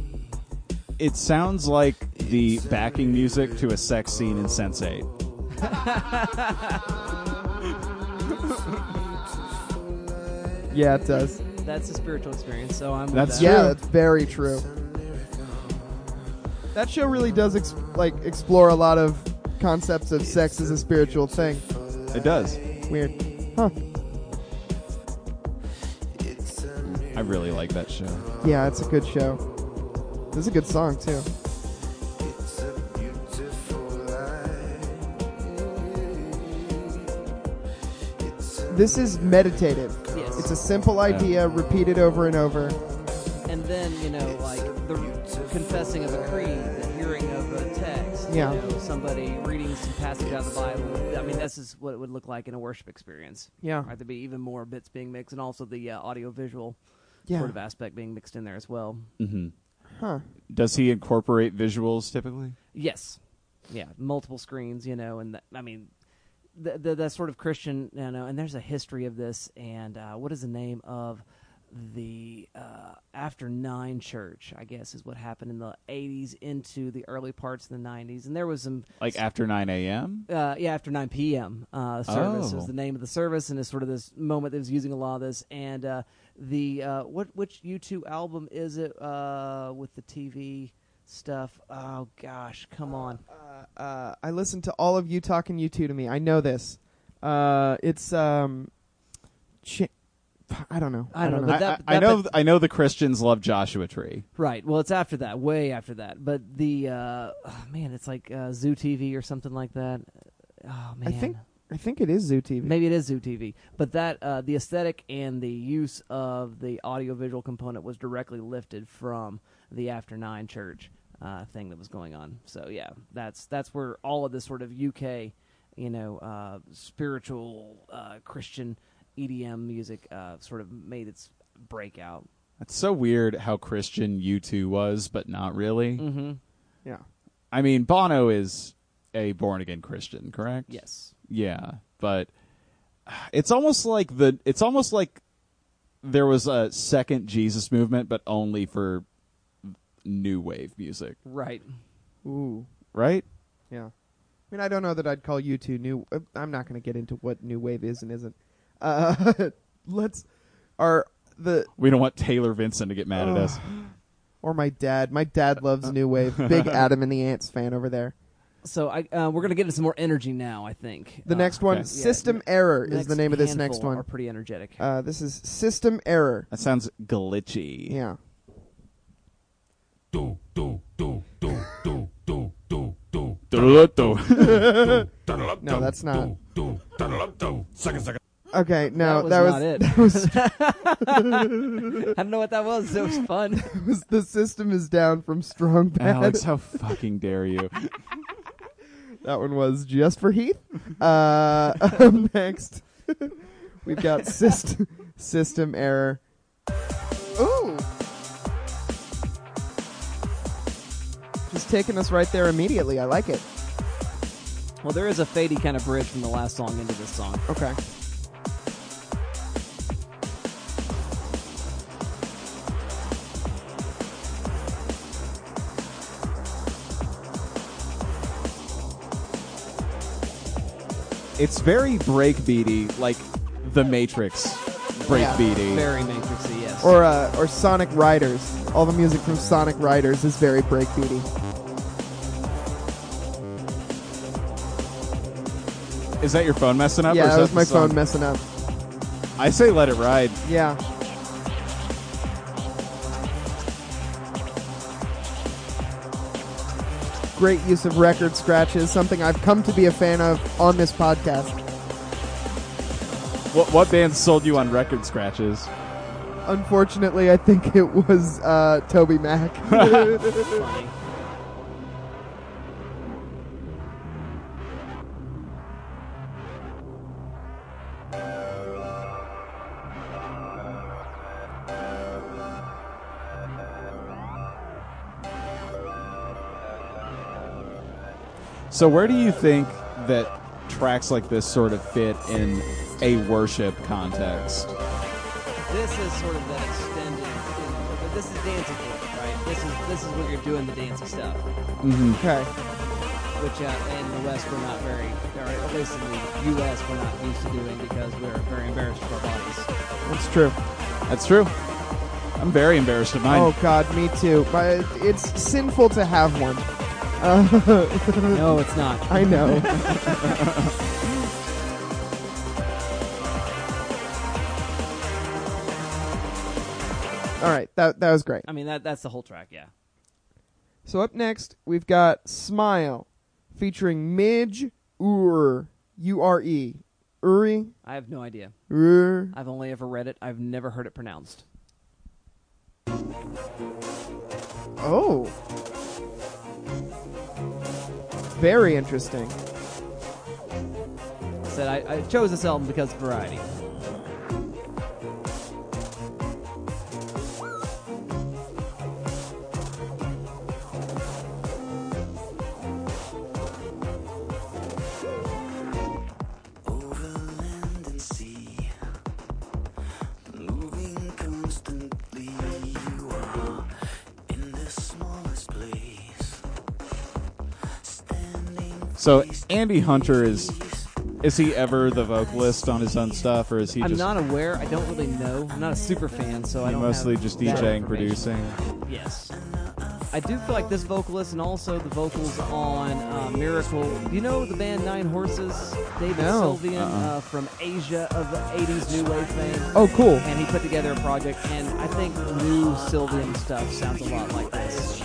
A: It sounds like the backing music to a sex scene in Sense Eight.
B: Yeah, it does.
E: That's a spiritual experience, so I'm.
A: That's-
E: with that.
B: Yeah,
A: True.
B: that's very true. That show really does ex- like explore a lot of concepts of sex as a spiritual thing.
A: It does.
B: Weird, huh?
G: It's a miracle.
A: I really like that show.
B: Yeah, it's a good show. This is a good song too.
G: It's a beautiful life. It's a
B: This is meditative.
E: Yes.
B: It's a simple idea repeated over and over.
E: and then you know like the confessing of a creed, the hearing of a text,
B: Yeah.
E: you know, somebody reading some passage out of the Bible. I mean, this is what it would look like in a worship experience.
B: Yeah.
E: right. There'd be even more bits being mixed, and also the uh, audio visual
B: Yeah.
E: sort of aspect being mixed in there as well.
B: Huh.
A: Does he incorporate visuals typically?
E: Yes, yeah, multiple screens, you know, and th- I mean, the, the the sort of Christian, you know, and there's a history of this. And uh, what is the name of the uh, after nine church? I guess is what happened in the '80s into the early parts of the '90s, and there was some
A: Like after 9 a.m.?
E: uh, yeah, after 9 p.m. Uh, service
A: Oh.
E: is the name of the service, and it's sort of this moment that was using a lot of this. And uh, the uh, what which U2 album is it uh, with the TV stuff? Oh gosh, come on,
B: Uh, I listened to all of you talking you two to me. I know this. Uh, it's um, chi- I don't know.
E: I don't
B: know.
E: know, But that-
A: I, I
E: that
A: know
E: bit-
A: I know the Christians love Joshua Tree.
E: right? Well, it's after that, way after that. But the uh, oh, man, it's like uh, Zoo TV or something like that. Oh man,
B: I think I think it is Zoo TV.
E: Maybe it is Zoo TV, but that uh, the aesthetic and the use of the audiovisual component was directly lifted from the After Nine Church uh, thing that was going on. So yeah, that's that's where all of this sort of UK, you know, uh, spiritual uh, Christian EDM music uh, sort of made its breakout.
A: It's so weird how Christian U2 was, but not really.
E: Mm-hmm.
B: Yeah.
A: I mean, Bono is a born again Christian, correct?
E: Yes,
A: Yeah, but it's almost like the it's almost like there was a second Jesus movement, but only for new wave music,
E: right.
B: Ooh.
A: right?
B: Yeah. I mean, I don't know that I'd call you two new. uh, I'm not going to get into what new wave is and isn't. Uh, let's are the
A: We don't want Taylor Vincent to get mad at us.
B: or my dad. My
A: Uh,
B: dad loves new wave. Big Adam and the Ants fan over there.
E: So I uh, we're gonna get into some more energy now. I think
B: The
E: Uh,
B: next one,
A: Ah, okay.
B: System Error, is
E: next
B: the name of this next
E: handful Are
B: one.
E: pretty energetic.
B: Uh, this is System Error.
A: That sounds glitchy.
B: Yeah. No, that's not. Okay, no,
E: that
B: that
E: was
B: was,
E: not
B: that
E: it.
B: was
E: I don't know what that was. It was fun.
B: was the system is down from Strong Bad.
A: Alex, how fucking dare you?
B: That one was just for Heath. Uh, up next, we've got system system error. Ooh, just taking us right there immediately. I like it.
E: Well, there is a fadey kind of bridge from the last song into this song.
B: Okay.
A: It's very breakbeaty, like The Matrix breakbeaty.
E: Very Matrixy, yes.
B: Or uh, or Sonic Riders. All the music from Sonic Riders is very breakbeaty.
A: Is that your phone messing up? or
B: Yeah,
A: is
B: that was
A: the
B: my
A: song?
B: phone messing up.
A: I say let it ride.
B: Yeah. Great use of record scratches, something I've come to be a fan of on this podcast.
A: What what band sold you on record scratches?
B: Unfortunately, I think it was uh, Toby Mac.
E: funny.
A: So where do you think that tracks like this sort of fit in a worship context?
E: This is sort of that extended. But this is dancing, right? This is this is what you're doing the dancing stuff,
B: okay.
E: which uh, in the West we're not very, or at least in the U.S. we're not used to doing because we're very embarrassed of our bodies.
B: That's true.
A: That's true. I'm very embarrassed of mine.
B: Oh, God, me too. But it's sinful to have one.
A: Hmm.
E: no, it's not.
B: I know. All right, that, that was great.
E: I mean that that's the whole track, yeah.
B: So up next, we've got Smile featuring Midge Ur. U R E. Uri?
E: I have no idea.
B: Ur.
E: I've only ever read it. I've never heard it pronounced.
B: Oh. Very interesting.
E: I said I, I chose this album because of variety.
A: So Andy Hunter is is he ever the vocalist on his own stuff or is he
E: I'm
A: just
E: not aware. I don't really know. I'm not a super fan, so I
A: he
E: don't.
A: mostly
E: have
A: just
E: that
A: DJing,
E: information.
A: producing?
E: Yes. I do feel like this vocalist and also the vocals on uh, Miracle. You know the band Nine Horses? David
B: No. Uh-uh.
E: Sylvian uh, from Asia of the 80s New Wave fame.
B: Oh, cool.
E: And he put together a project, and I think new Sylvian stuff sounds a lot like this.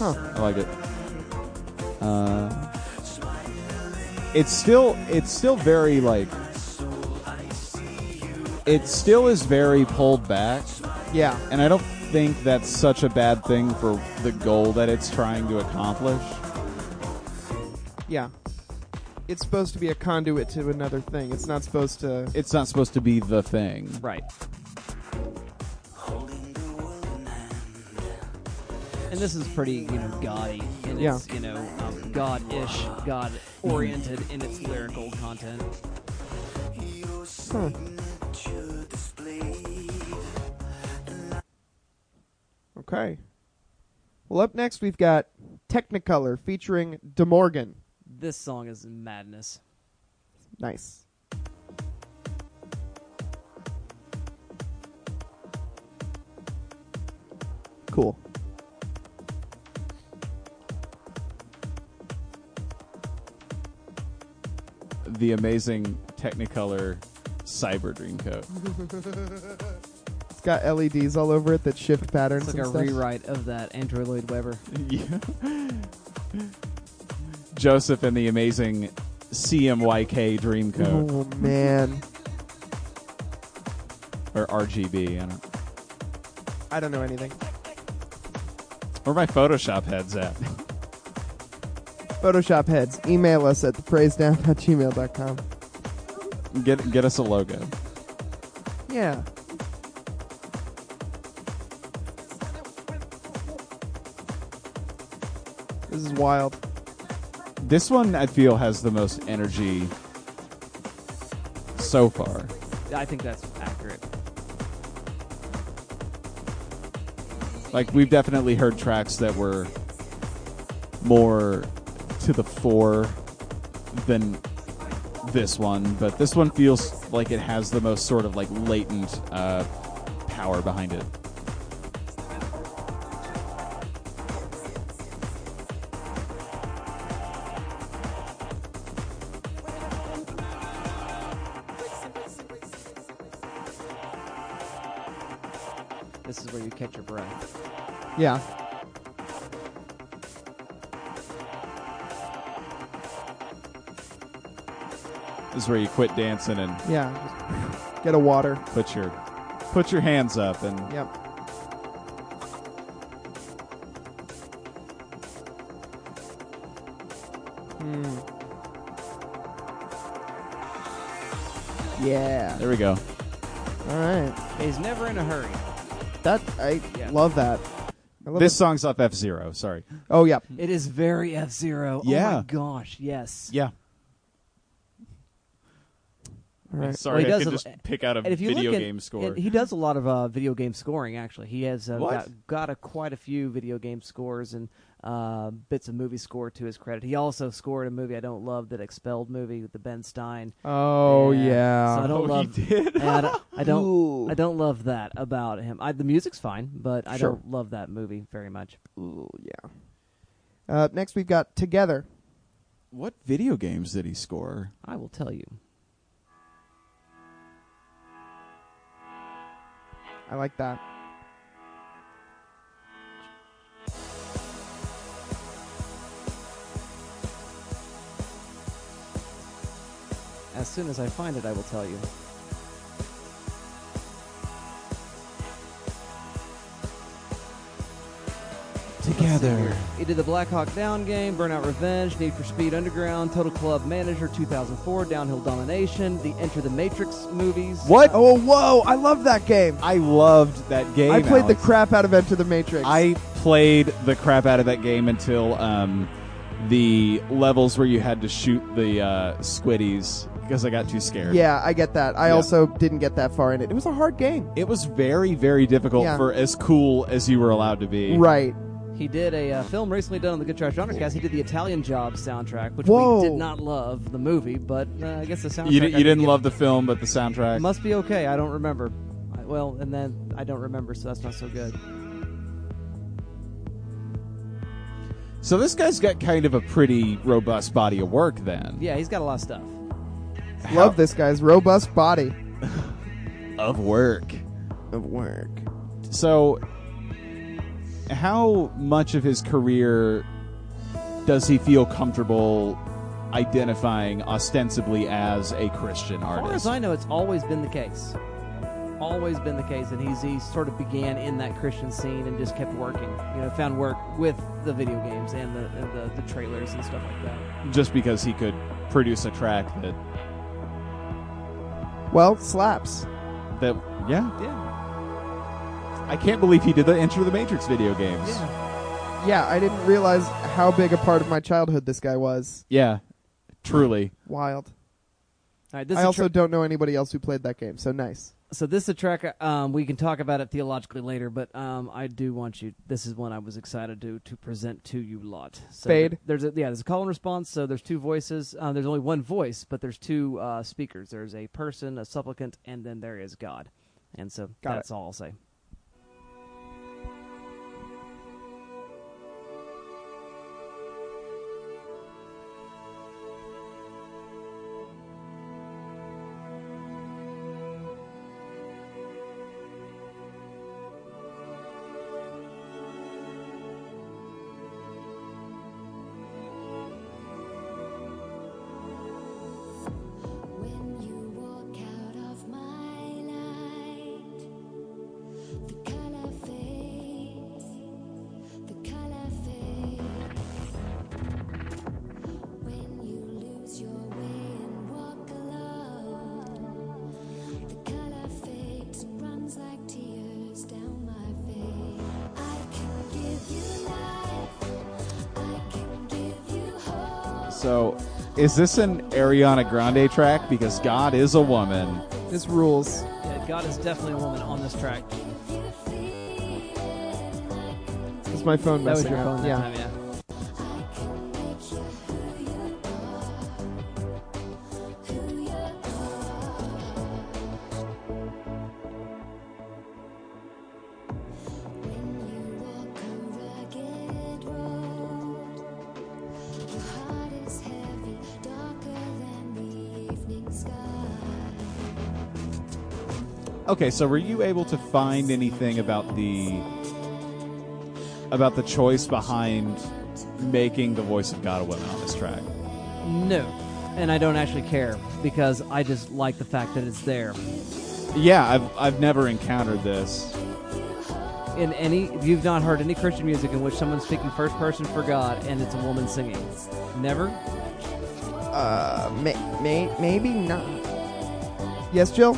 A: I like it. Uh, it's still it's still very like it still is very pulled back,
B: Yeah.
A: and I don't think that's such a bad thing for the goal that it's trying to accomplish.
B: Yeah. It's supposed to be a conduit to another thing. It's not supposed to.
A: It's not supposed to be the thing.
E: Right. And this is pretty, you know, gaudy, and
B: Yeah.
E: it's you know, um, God-ish, God-oriented in its lyrical content.
B: Huh. Okay. Well, up next we've got Technicolor featuring DeMorgan.
E: This song is madness.
B: Nice. Cool.
A: The amazing Technicolor Cyber Dreamcoat.
B: It's got LEDs all over it that shift patterns
E: It's
B: and
E: like a
B: stuff.
E: rewrite of that Andrew Lloyd Webber.
A: Yeah. Joseph and the amazing CMYK Dreamcoat
B: Oh man,
A: or RGB, I don't,
B: I don't know anything.
A: where my Photoshop head's at.
B: Photoshop heads, email us at thepraisedown at gmail.com.
A: Get get us a logo.
B: Yeah. This is wild.
A: This one I feel has the most energy so far.
E: I think that's accurate.
A: Like we've definitely heard tracks that were more to the fore than this one, but this one feels like it has the most sort of like latent uh, power behind it.
E: This is where you catch your breath.
B: Yeah.
A: This is where you quit dancing and
B: Yeah. Get a water.
A: put your put your hands up and
B: Yep. Hmm. Yeah.
A: there we go.
B: All right.
E: He's never in a hurry.
B: That I
E: Yeah.
B: love that. I love
A: This
B: it.
A: song's off F Zero, sorry.
B: Oh yeah.
E: It is very F Zero. Oh
A: Hmm. Yeah.
E: my gosh, yes.
A: Yeah.
B: All right.
E: Well,
A: Sorry,
E: he
A: I
E: does
A: could
E: a-
A: just pick out a
E: And if you
A: video
E: look at,
A: game score.
E: and he does a lot of uh, video game scoring. Actually, he has uh,
A: What?
E: got, got a, quite a few video game scores and uh, bits of movie score to his credit. He also scored a movie I don't love, that expelled movie with the Ben Stein.
B: Oh
E: Yeah.
B: yeah.
E: So I don't
A: Oh, he
E: love. and I don't, I
B: Ooh.
E: don't. I don't love that about him. I, the music's fine, but I
B: Sure.
E: don't love that movie very much.
B: Ooh, Oh, yeah. Uh, next we've got Together.
A: What video games did he score?
E: I will tell you.
B: I like that.
E: As soon as I find it, I will tell you.
A: Together.
E: He did the Black Hawk Down game, Burnout Revenge, Need for Speed Underground, Total Club Manager 2004, Downhill Domination, the Enter the Matrix movies.
A: What?
B: Oh, whoa! I love that game.
A: I loved that game.
B: I played
A: Alex.
B: the crap out of Enter the Matrix.
A: I played the crap out of that game until um, the levels where you had to shoot the uh, squiddies because I got too scared.
B: yeah, I get that. I
A: Yeah.
B: also didn't get that far in it. It was a hard game.
A: It was very, very difficult
B: Yeah.
A: for as cool as you were allowed to be.
B: Right.
E: He did a uh, film recently done on the Good Trash Undercast. He did the Italian Job soundtrack, which
B: Whoa.
E: we did not love the movie, but uh, I guess the soundtrack.
A: You, di-
E: I
A: you
E: did
A: didn't
E: get-
A: love the film, but the soundtrack.
E: Must be okay. I don't remember. I, well, and then I don't remember, so that's not so good.
A: So this guy's got kind of a pretty robust body of work then.
E: Yeah, he's got a lot of stuff.
B: Love this guy's robust body.
A: Of work.
B: Of work.
A: So, how much of his career does he feel comfortable identifying ostensibly as a Christian
E: As far as
A: artist?
E: I know, it's always been the case. Always been the case, and he's he sort of began in that Christian scene and just kept working. You know, found work with the video games and the and the, the trailers and stuff like that.
A: Just because he could produce a track that
B: Well, slaps.
A: that yeah,
E: Yeah,
A: I can't believe he did the Enter the Matrix video games.
E: yeah.
B: Yeah, I didn't realize how big a part of my childhood this guy was.
A: Yeah, truly.
B: Wild.
E: All right, this
B: I
E: is a
B: also
E: tra-
B: don't know anybody else who played that game, so nice.
E: so this is a track um, we can talk about it theologically later, but um, I do want you. This is one I was excited to to present to you lot. So
B: Fade.
E: There's a yeah. There's a call and response. So there's two voices. Uh, there's only one voice, but there's two uh, speakers. There's a person, a supplicant, and then there is God. And so
B: Got
E: that's all I'll say.
H: When you walk out of my light, the color fades, the color fades. When you lose your way and walk alone, the color fades and runs like tears down my face. I can give you life, I can give you hope.
A: So, is this an Ariana Grande track? Because God is a woman.
B: This rules.
E: Yeah, God is definitely a woman on this track.
B: It's my phone
E: That was
B: messing
E: your
B: up.
E: phone that
B: yeah.
E: time, yeah.
A: Okay, so were you able to find anything about the about the choice behind making the voice of God a woman on this track?
E: No, and I don't actually care because I just like the fact that it's there.
A: Yeah, I've I've never encountered this.
E: in any if you've not heard any christian music in which someone's speaking first person for god and it's a woman singing never
B: Uh, may, may, maybe not. Yes, Jill?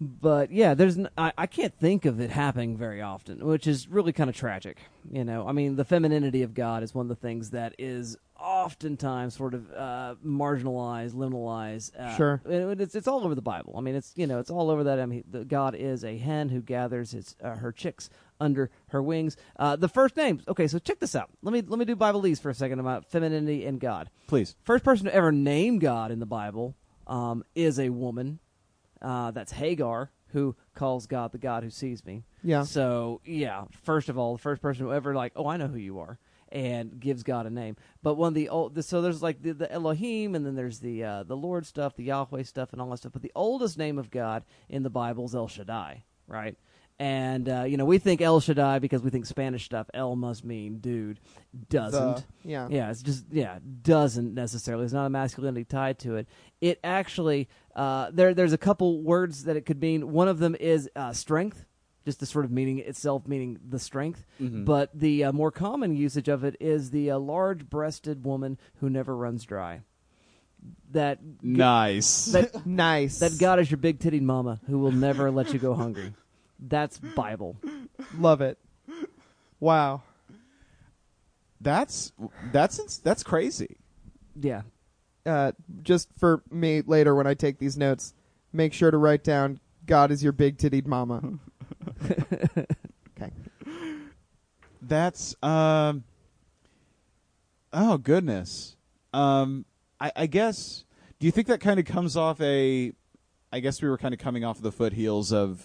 E: but yeah there's n- I, I can't think of it happening very often which is really kind of tragic you know i mean the femininity of god is one of the things that is oftentimes sort of uh, marginalized liminalized uh,
B: Sure.
E: and it's, it's all over the bible i mean it's you know it's all over that i mean the, god is a hen who gathers his uh, her chicks under her wings uh, the first names okay so check this out let me let me do bibleese for a second about femininity and god
A: Please.
E: first person to ever name God in the Bible um, is a woman. Uh, that's Hagar, who calls God the God who sees me.
B: Yeah.
E: So yeah, first of all, the first person who ever like, oh, I know who you are, and gives God a name. But one of the old, so there's like the, the Elohim, and then there's the uh, the Lord stuff, the Yahweh stuff, and all that stuff. But the oldest name of God in the Bible is El Shaddai, right? And uh, you know, we think El Shaddai because we think Spanish stuff. El must mean dude. Doesn't.
F: yeah.
E: Yeah, it's just yeah, doesn't necessarily. There's not a masculinity tied to it. It actually uh, there there's a couple words that it could mean. One of them is uh, strength, just the sort of meaning itself, meaning the strength. But the uh, more common usage of it is the uh, large-breasted woman who never runs dry. That
A: Nice.
E: that
B: Nice.
E: that God is your big titted mama who will never let you go hungry. That's Bible.
B: Love it. Wow.
A: That's that's ins- that's crazy.
E: Yeah.
B: Uh, just for me later when I take these notes, make sure to write down God is your big tittied mama.
A: That's um Oh goodness. Um I, I guess do you think that kind of comes off a I guess we were kind of coming off the foothills of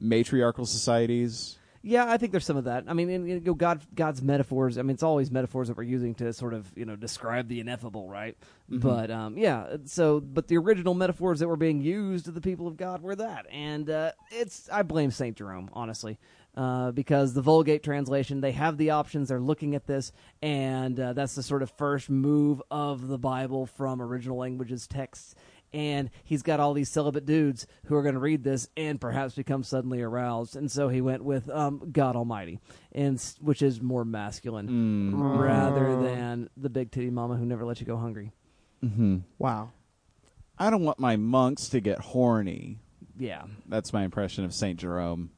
A: matriarchal societies.
E: Yeah, I think there's some of that. I mean, and, you know, God, God's metaphors. I mean, it's always metaphors that we're using to sort of you know describe the ineffable, right? But um, yeah, so but the original metaphors that were being used to the people of God were that, and uh, it's I blame Saint Jerome honestly, uh, because the Vulgate translation they have the options, they're looking at this, and uh, that's the sort of first move of the Bible from original languages texts. And he's got all these celibate dudes who are going to read this and perhaps become suddenly aroused. And so he went with um, God Almighty, and s- which is more masculine rather than the big titty mama who never let you go hungry.
A: Mm-hmm.
B: Wow.
A: I don't want my monks to get horny.
E: Yeah,
A: That's my impression of Saint Jerome.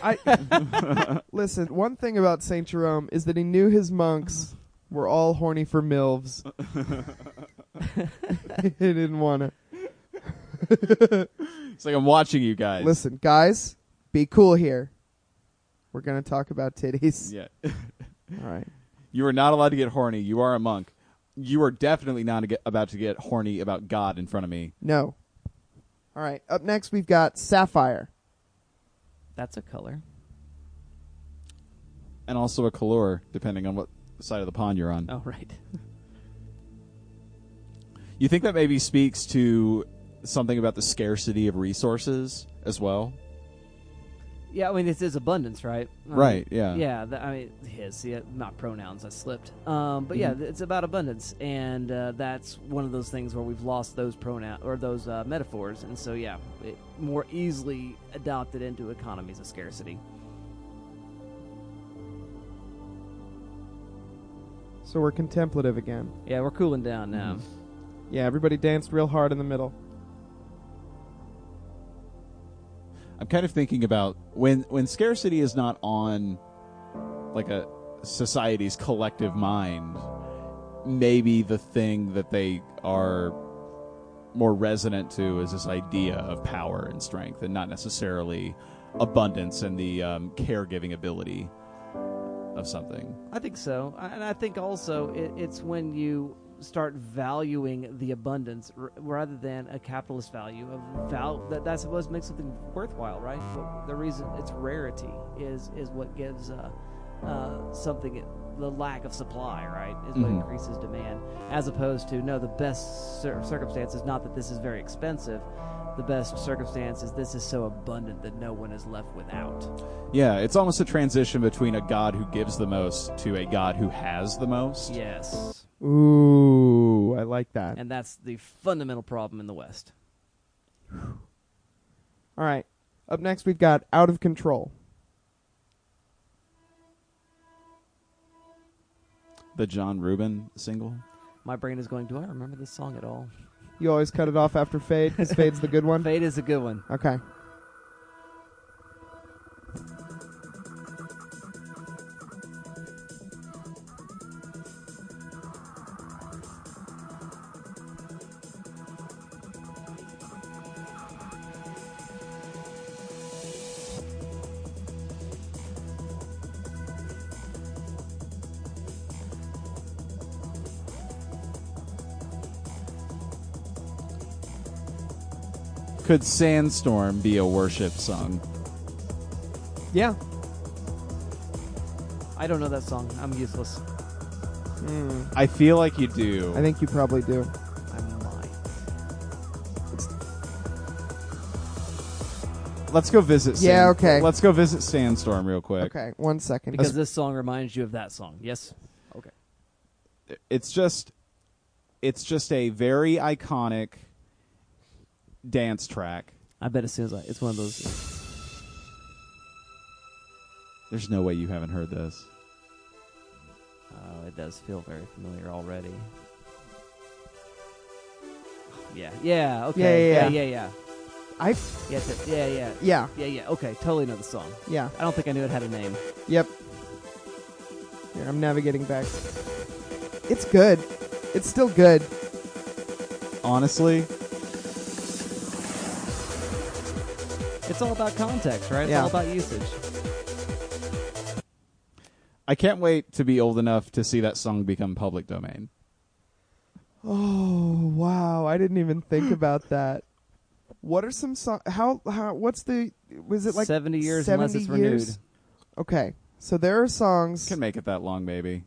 B: I listen. One thing about Saint Jerome is that he knew his monks were all horny for milves. he didn't want to
A: It's like I'm watching you guys.
B: listen, guys. Be cool here. We're gonna talk about titties.
A: Yeah.
B: All right.
A: You are not allowed to get horny. You are a monk. You are definitely not ag- about to get horny about God in front of me.
B: No. All right. Up next, we've got Sapphire.
E: that's a color.
A: And also a color, depending on what side of the pond you're on.
E: Oh, right.
A: You think that maybe speaks to something about the scarcity of resources as well?
E: Yeah, I mean this is abundance, right? I mean,
A: Right, yeah.
E: Yeah. That, I mean his. Yeah, not pronouns. I slipped. Um, but yeah,
A: Mm-hmm.
E: it's about abundance, and uh, that's one of those things where we've lost those pronoun or those uh, metaphors, and so yeah, it more easily adopted into economies of scarcity.
B: So we're contemplative again.
E: Yeah, we're cooling down now.
B: Yeah, everybody danced real hard in the middle.
A: I'm kind of thinking about when when scarcity is not on like a society's collective mind, maybe the thing that they are more resonant to is this idea of power and strength, and not necessarily abundance and the um, caregiving ability of something.
E: I think so, I- and I think also it, it's when you start valuing the abundance r- rather than a capitalist value of val that that's what makes something worthwhile, right? But the reason it's rarity is is what gives uh, uh, something the lack of supply, right? Is what
A: Mhm.
E: increases demand, as opposed to no, the best cir- circumstance is not that this is very expensive. The best circumstance is this is so abundant that no one is left without.
A: Yeah, it's almost a transition between a God who gives the most to a God who has the most.
E: Yes.
B: Ooh, I like that.
E: And that's the fundamental problem in the West.
B: All right. Up next, we've got Out of Control.
A: The John Rubin single.
E: My brain is going, do I remember this song at all?
B: You always cut it off after fade because fade's the good one.
E: Fade is a good one.
B: Okay.
A: Could Sandstorm be a worship song?
B: Yeah.
E: I don't know that song. I'm useless.
A: I feel like you do.
B: Hmm. I think you probably do.
E: I might.
A: Let's go visit. Sand-
B: Yeah, okay.
A: Let's go visit Sandstorm real quick.
B: Okay, one second.
E: because this song reminds you of that song. Yes. Okay.
A: It's just, it's just a very iconic dance track.
E: I bet as soon as I, it's one of those.
A: There's no way you haven't heard this.
E: Oh, it does feel very familiar already. Yeah. Yeah. Okay.
B: Yeah, yeah,
E: Yeah.
B: yeah.
E: Yeah. Yeah.
B: I
E: Yeah, it's a- yeah, yeah,
B: yeah
E: yeah, yeah. Okay, totally know the song.
B: yeah
E: I don't think I knew it had a name.
B: yep. Here, I'm navigating back. It's good. It's still good.
A: Honestly,
E: It's all about context, right? It's
B: Yeah.
E: all about usage.
A: I can't wait to be old enough to see that song become public domain.
B: Oh wow! I didn't even think about that. What are some songs? How how? What's the? Was it like
E: 70 years
B: 70
E: unless it's
B: years?
E: renewed.
B: Okay, so there are songs
A: Can make it that long, maybe.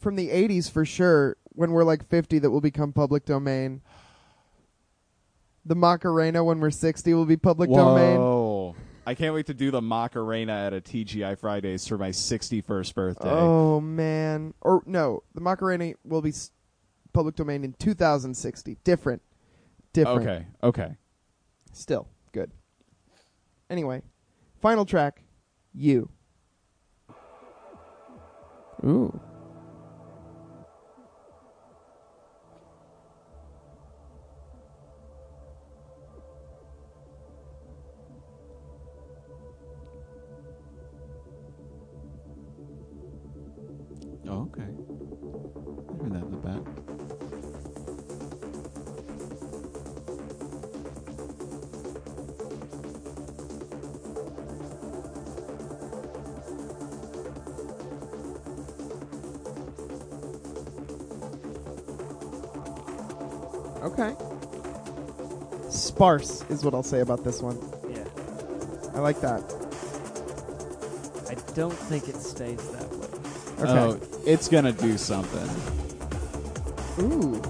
B: from the '80s for sure. When we're like 50, that will become public domain. The Macarena when we're 60 will be public domain.
A: Whoa. I can't wait to do the Macarena at a TGI Fridays for my 61st birthday.
B: Oh man! Or no, the Macarena will be s- public domain in 2060. Different, different.
A: okay, okay.
B: Still good. Anyway, final track, you. Ooh.
A: Oh, okay. I heard that in the back.
B: Okay. Sparse is what I'll say about this one.
E: Yeah.
B: I like that.
E: I don't think it stays that way.
B: Okay.
A: Oh, it's gonna do something.
B: Ooh.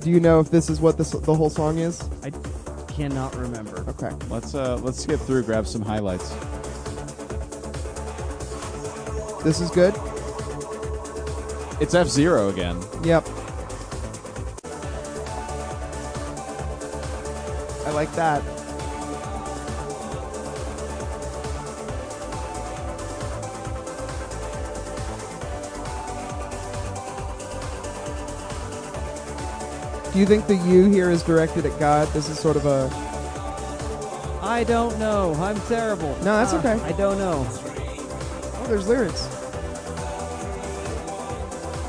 B: Do you know if this is what this the whole song is?
E: I cannot remember.
B: Okay.
A: Let's uh let's skip through, grab some highlights.
B: This is good.
A: It's F Zero again.
B: Yep. I like that. Do you think the you here is directed at God? This is sort of a
E: I don't know. I'm terrible.
B: No, that's
E: Ah,
B: okay.
E: I don't know.
B: oh, there's lyrics.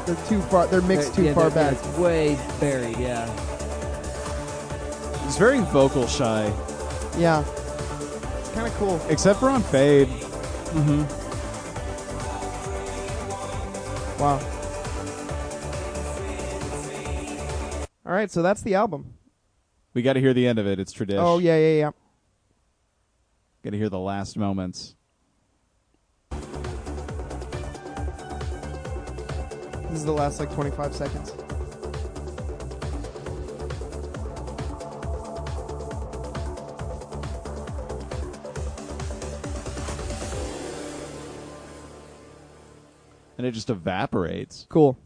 B: They're too far. They're mixed
E: They're-
B: too
E: yeah,
B: far
E: they're-
B: back.
E: they're Way buried. Yeah.
A: It's very vocal shy,
B: Yeah. Kind of cool.
A: except for on Fade.
B: Wow. All right, so that's the album.
A: We got to hear the end of it. It's tradition.
B: Oh yeah, yeah, yeah.
A: Got to hear the last moments.
B: This is the last like 25 seconds.
A: and it just evaporates.
B: Cool.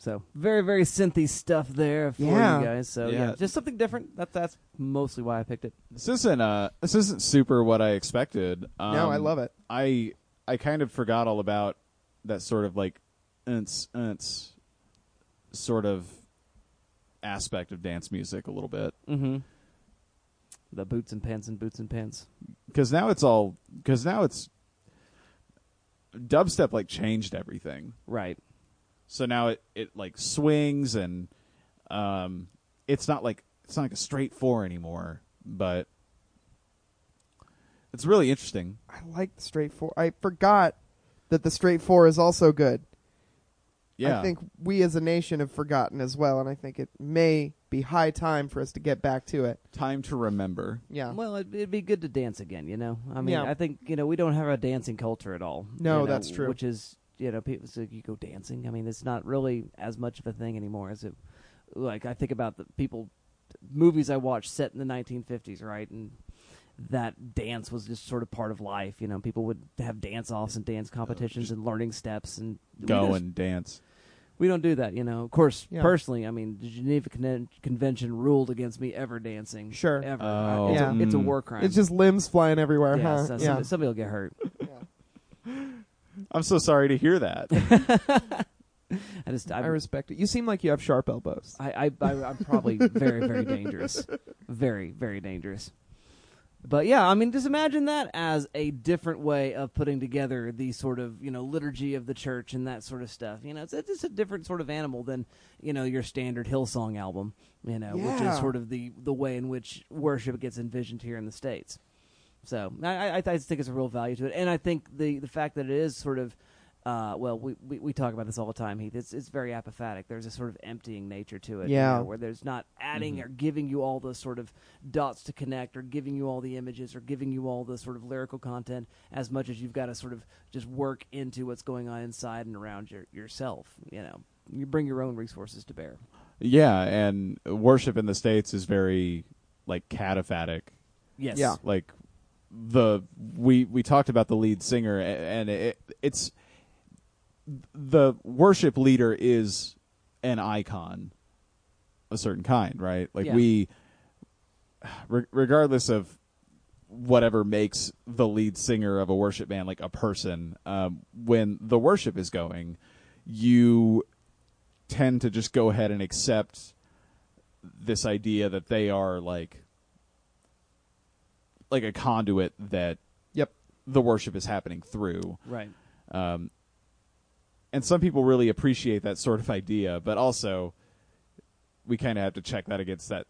E: So very very synthy stuff there for
B: Yeah.
E: you guys. So
A: Yeah.
E: yeah. just something different. That's that's mostly why I picked it.
A: This isn't uh this isn't super what I expected. Um,
B: no, I love it.
A: I I kind of forgot all about that sort of like unts unts sort of aspect of dance music a little bit
E: Mm-hmm. The boots and pants and boots and pants.
A: because now it's all because now it's dubstep like changed everything.
E: Right.
A: So now it it like swings and um it's not like it's not like a straight four anymore, but it's really interesting.
B: I like the straight four. I forgot that the straight four is also good.
A: Yeah.
B: I think we as a nation have forgotten as well, and I think it may be high time for us to get back to it.
A: time to remember.
B: Yeah.
E: Well, it, it'd be good to dance again, you know. I mean,
B: Yeah.
E: I think you know we don't have a dancing culture at all.
B: No,
E: you know,
B: that's true.
E: Which is you know people so you go dancing. I mean, it's not really as much of a thing anymore as it. Like I think about the people, movies I watched set in the 1950s, right, and that dance was just sort of part of life. You know, people would have dance offs and dance competitions and learning steps and we
A: Go
E: just-
A: and dance.
E: we don't do that, you know. Of course,
B: Yeah.
E: personally, I mean, the Geneva Con- Convention ruled against me ever dancing.
B: Sure.
E: Ever.
A: Oh.
E: It's,
B: Yeah.
E: a, it's a
A: Mm.
E: war crime.
B: It's just limbs flying everywhere,
E: yeah,
B: huh?
E: so
B: Uh-huh. yeah.
E: Somebody, somebody will get hurt.
A: I'm so sorry to hear that.
E: I just,
B: I
E: I,
B: respect it. You seem like you have sharp elbows.
E: I, I, I, I'm probably very, very dangerous. Very, very dangerous. But yeah, I mean, just imagine that as a different way of putting together the sort of you know liturgy of the church and that sort of stuff. You know, it's, it's a different sort of animal than you know your standard Hillsong album. You know, which
B: Yeah.
E: is sort of the the way in which worship gets envisioned here in the states. So I, I, I just think it's a real value to it, and I think the the fact that it is sort of uh, well, we, we, we talk about this all the time, Heath. It's, it's very apophatic. There's a sort of emptying nature to it, you
B: Yeah. Mm-hmm.
E: know, where there's not adding or giving you all the sort of dots to connect, or giving you all the images, or giving you all the sort of lyrical content as much as you've got to sort of just work into what's going on inside and around your, yourself. You know, you bring your own resources to bear.
A: yeah, and worship in the states is very like cataphatic.
E: Yes.
B: Yeah.
A: like the we we talked about the lead singer a- and it, it's the worship leader is an icon a certain kind right like
E: Yeah.
A: we re- regardless of whatever makes the lead singer of a worship band like a person um, when the worship is going you tend to just go ahead and accept this idea that they are like like a conduit that
B: Yep.
A: the worship is happening through.
E: Right.
A: And some people really appreciate that sort of idea, but also we kind of have to check that against that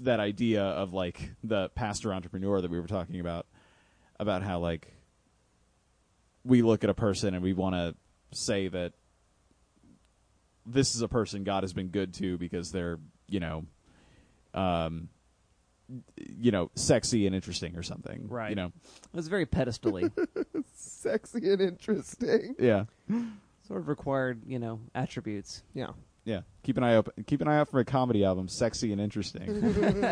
A: that idea of like the pastor entrepreneur that we were talking about about how like we look at a person and we want to say that this is a person God has been good to because they're, you know, um you know, sexy and interesting or something.
E: Right.
A: You know.
E: It was very pedestally.
B: Sexy and interesting.
A: Yeah.
E: sort of required, you know, attributes.
B: Yeah.
A: Yeah, keep an eye open. Keep an eye out for a comedy album, sexy and interesting.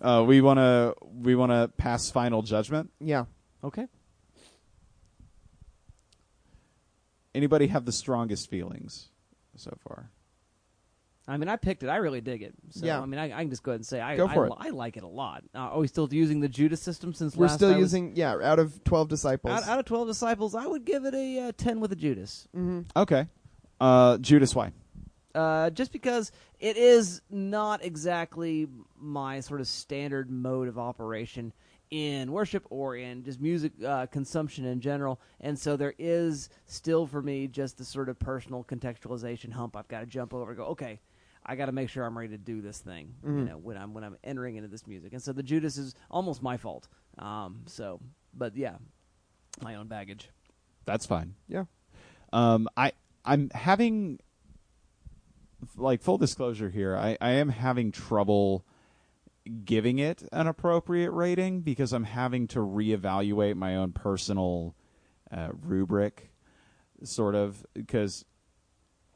A: uh, we wanna we wanna pass final judgment.
B: Yeah.
E: Okay.
A: Anybody have the strongest feelings so far?
E: I mean, I picked it. I really dig it. So,
B: Yeah.
E: I mean, I, I can just go ahead and say I
B: Go
E: I
B: for
E: li- I like it a lot. Uh, are we still using the Judas system since
B: We're
E: last?
B: still
E: I was-
B: using yeah, out of 12 disciples.
E: out, out of twelve disciples. I would give it a uh, ten with a Judas,
A: Okay, uh, Judas, why?
E: uh, just because it is not exactly my sort of standard mode of operation in worship or in just music uh, consumption in general. And so there is still for me just the sort of personal contextualization hump I've got to jump over. and Go okay. I got to make sure I'm ready to do this thing, you know, when I'm when I'm entering into this music. And so the Judas is almost my fault. Um, so, but yeah, my own baggage.
A: That's fine.
B: yeah.
A: Um, I I'm having like full disclosure here. I I am having trouble giving it an appropriate rating because I'm having to reevaluate my own personal uh, rubric, sort of because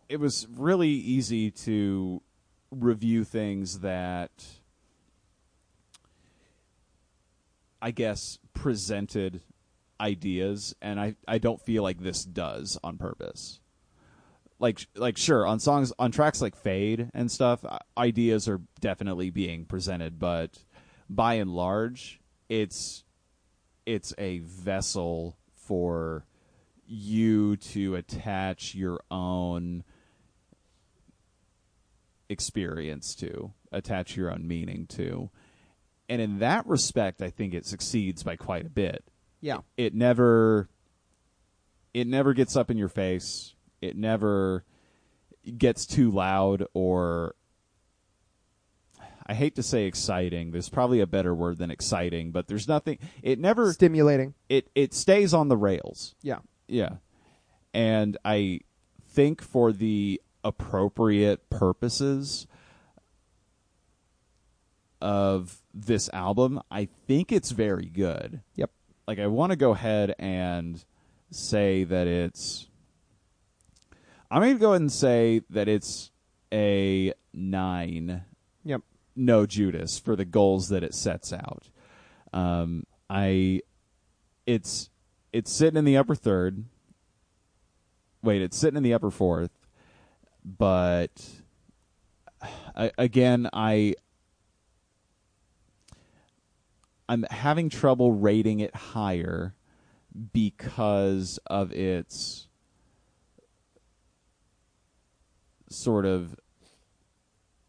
A: it was really easy to review things that I guess presented ideas and I, I don't feel like this does on purpose. Like like sure on songs on tracks like Fade and stuff i- ideas are definitely being presented but by and large it's it's a vessel for you to attach your own experience to, attach your own meaning to. And in that respect, I think it succeeds by quite a bit
B: Yeah.
A: it never it never gets up in your face it never gets too loud or i hate to say exciting there's probably a better word than exciting but there's nothing it never
B: Stimulating.
A: it it stays on the rails
B: Yeah.
A: yeah and i think for the appropriate purposes of this album i think it's very good
B: Yep.
A: like I want to go ahead and say that it's. I'm going to go ahead and say that it's a nine.
B: Yep.
A: No Judas for the goals that it sets out. Um, I, it's it's sitting in the upper third. Wait, it's sitting in the upper fourth, but I, again, I I'm having trouble rating it higher because of its sort of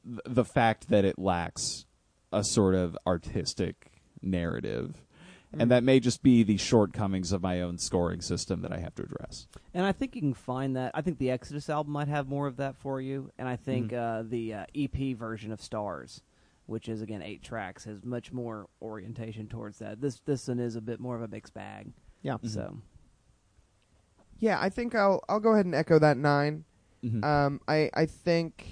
A: th- the fact that it lacks a sort of artistic narrative. And that may just be the shortcomings of my own scoring system that I have to address.
E: And I think you can find that. I think the Exodus album might have more of that for you, and I think uh, the uh, EP version of Stars, which is again eight tracks, has much more orientation towards that. This this one is a bit more of a mixed bag.
B: Yeah.
E: So
B: Yeah, I think I'll I'll go ahead and echo that 9
A: Mm-hmm.
B: Um, I I think,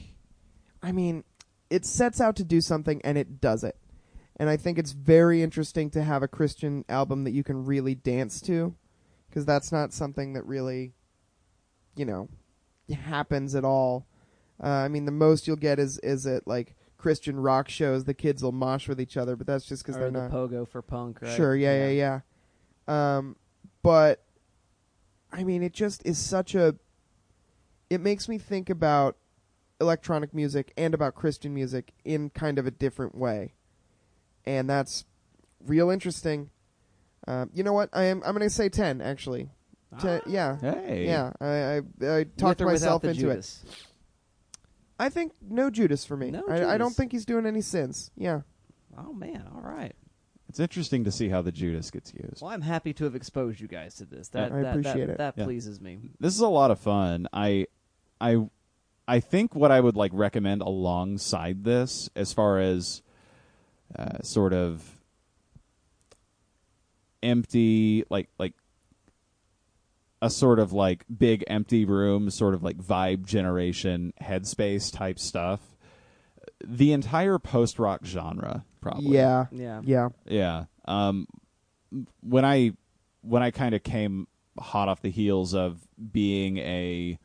B: I mean, it sets out to do something and it does it, and I think it's very interesting to have a Christian album that you can really dance to, because that's not something that really, you know, happens at all. Uh, I mean, the most you'll get is is at like Christian rock shows, the kids will mosh with each other, but that's just because
E: or
B: they're
E: the
B: not
E: pogo for punk. Right?
B: Sure, yeah, yeah, yeah. Um, but I mean, it just is such a. It makes me think about electronic music and about Christian music in kind of a different way, and that's real interesting. Um, you know what? I am. I'm going to say ten actually. Ten, yeah,
A: Hey.
B: yeah. I I, I
E: With
B: talked
E: or without
B: myself
E: the
B: into it.
E: Judas.
B: I think no Judas for me.
E: No
B: I, I
E: Judas.
B: don't think he's doing any sins. Yeah.
E: Oh man! All right.
A: It's interesting to see how the Judas gets used.
E: Well, I'm happy to have exposed you guys to this. That
B: I
E: that,
B: appreciate
E: that,
B: it.
E: that
A: Yeah.
E: pleases me.
A: This is a lot of fun. I I I think what I would like recommend alongside this as far as uh, sort of empty like like a sort of like big empty room sort of like vibe generation headspace type stuff the entire post rock genre probably
B: Yeah.
E: Yeah.
B: Yeah.
A: yeah. Um, when I when I kind of came hot off the heels of being a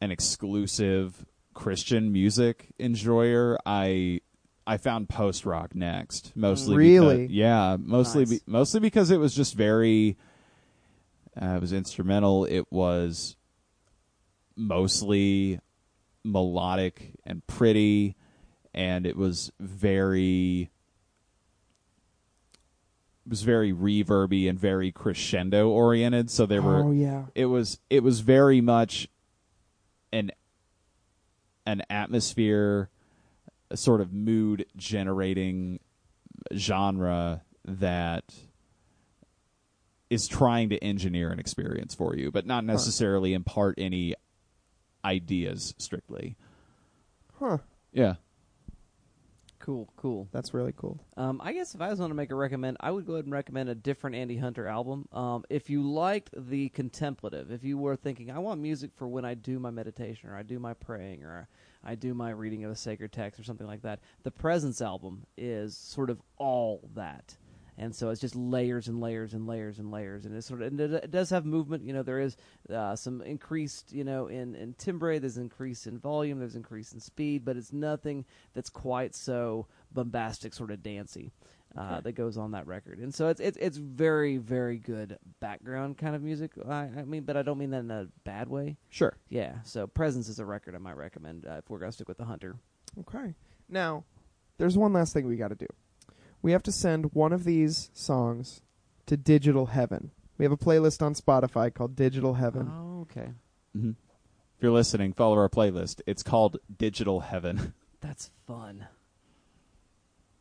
A: an exclusive Christian music enjoyer, I I found post rock next, mostly
B: Really?
A: because- yeah, mostly
E: Nice.
A: be, mostly because it was just very uh, it was instrumental. It was mostly melodic and pretty, and it was very it was very reverby and very crescendo oriented. So there were
B: Oh yeah.
A: it was it was very much an an atmosphere a sort of mood generating genre that is trying to engineer an experience for you but not necessarily impart any ideas strictly
B: Huh.
A: yeah
E: Cool. Cool.
B: That's really cool.
E: Um, I guess if I was going to make a recommend, I would go ahead and recommend a different Andy Hunter album. Um, if you liked the contemplative, if you were thinking, I want music for when I do my meditation or I do my praying or I do my reading of a sacred text or something like that, the Presence album is sort of all that. And so it's just layers and layers and layers and layers, and it sort of and it, it does have movement. You know, there is uh, some increased, you know, in in timbre. There's increase in volume. There's increase in speed, but it's nothing that's quite so bombastic, sort of dancey uh, that goes on that record. And so it's it's it's very very good background kind of music. I, I mean, but I don't mean that in a bad way.
B: Sure.
E: Yeah. So presence is a record I might recommend uh, if we're gonna stick with the hunter.
B: Okay. Now, there's one last thing we got to do. We have to send one of these songs to Digital Heaven. We have a playlist on Spotify called Digital Heaven.
E: Oh, okay.
A: if you're listening follow our playlist it's called digital heaven
E: That's fun.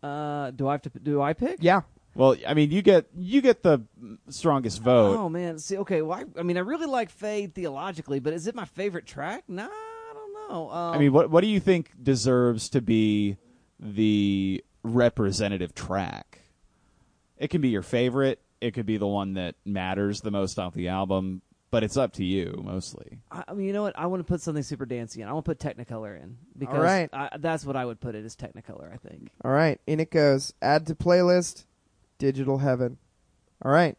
E: Uh, do I have to? p- Do I pick?
B: Yeah.
A: well i mean you get you get the strongest vote
E: Oh man, see, okay, well, I, I mean, I really like Faye theologically, but is it my favorite track? Nah, I don't know. Um,
A: I mean, what what do you think deserves to be the representative track? It can be your favorite. It could be the one that matters the most off the album, but it's up to you mostly.
E: I, I mean, you know what? I want to put something super dancey in. I want to put Technicolor in because
B: right.
E: I, that's what I would put it as Technicolor. I think.
B: All right, in it goes. Add to playlist Digital Heaven. All right.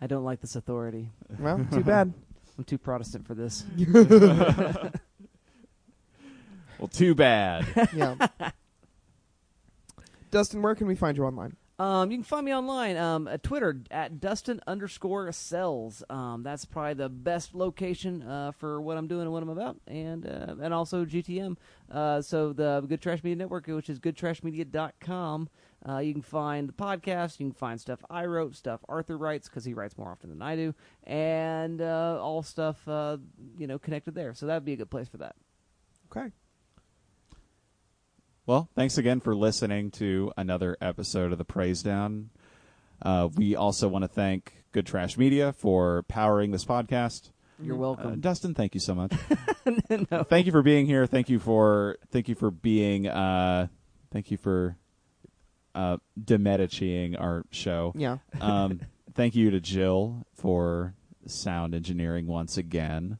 E: I don't like this authority.
B: Well, too bad.
E: I'm too Protestant for this.
A: Well, too bad.
B: yeah. Dustin, where can we find you online?
E: Um, you can find me online um, at Twitter at Dustin underscore cells. Um, that's probably the best location uh, for what I'm doing and what I'm about, and uh, and also GTM. Uh, so the Good Trash Media Network, which is goodtrashmedia.com. Uh, you can find the podcast. You can find stuff I wrote, stuff Arthur writes because he writes more often than I do, and uh, all stuff uh, you know connected there. So that'd be a good place for that.
B: Okay.
A: Well, thanks again for listening to another episode of the Praise Down. Uh, we also want to thank Good Trash Media for powering this podcast.
E: You're
A: Uh,
E: welcome.
A: Dustin, thank you so much. Thank you for being here. Thank you for thank you for being uh, thank you for uh, demediciing our show.
B: Yeah.
A: Um, thank you to Jill for sound engineering once again.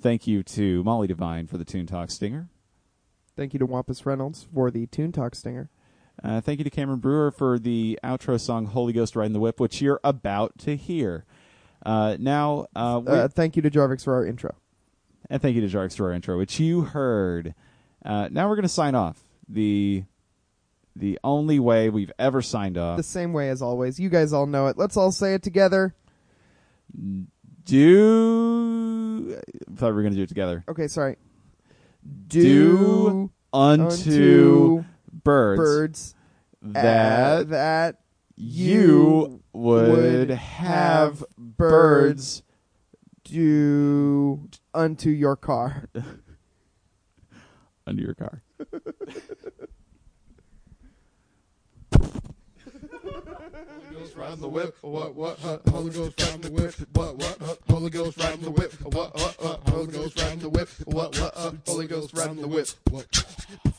A: Thank you to Molly Devine for the Toon Talk Stinger.
B: Thank you to Wampus Reynolds for the Toon Talk Stinger.
A: Uh, thank you to Cameron Brewer for the outro song "Holy Ghost Riding the Whip," which you're about to hear. Uh, now, uh, we-
B: Uh, thank you to Jarvix for our intro.
A: and thank you to Jarks for our intro, which you heard. Uh, now we're going to sign off the the only way we've ever signed off.
B: The same way as always. You guys all know it. Let's all say it together.
A: Do I thought we were going to do it together.
B: Okay, sorry.
A: Do unto, birds,
B: birds
A: that
B: that
A: you would,
B: would
A: have
B: have
A: birds.
B: do unto your car.
A: under your car.
G: riding the whip, what what what? Holy Ghost riding the whip, what what what? Holy Ghost riding the whip, what what what? Holy Ghost riding the whip, what what what? Holy Ghost riding the whip, what?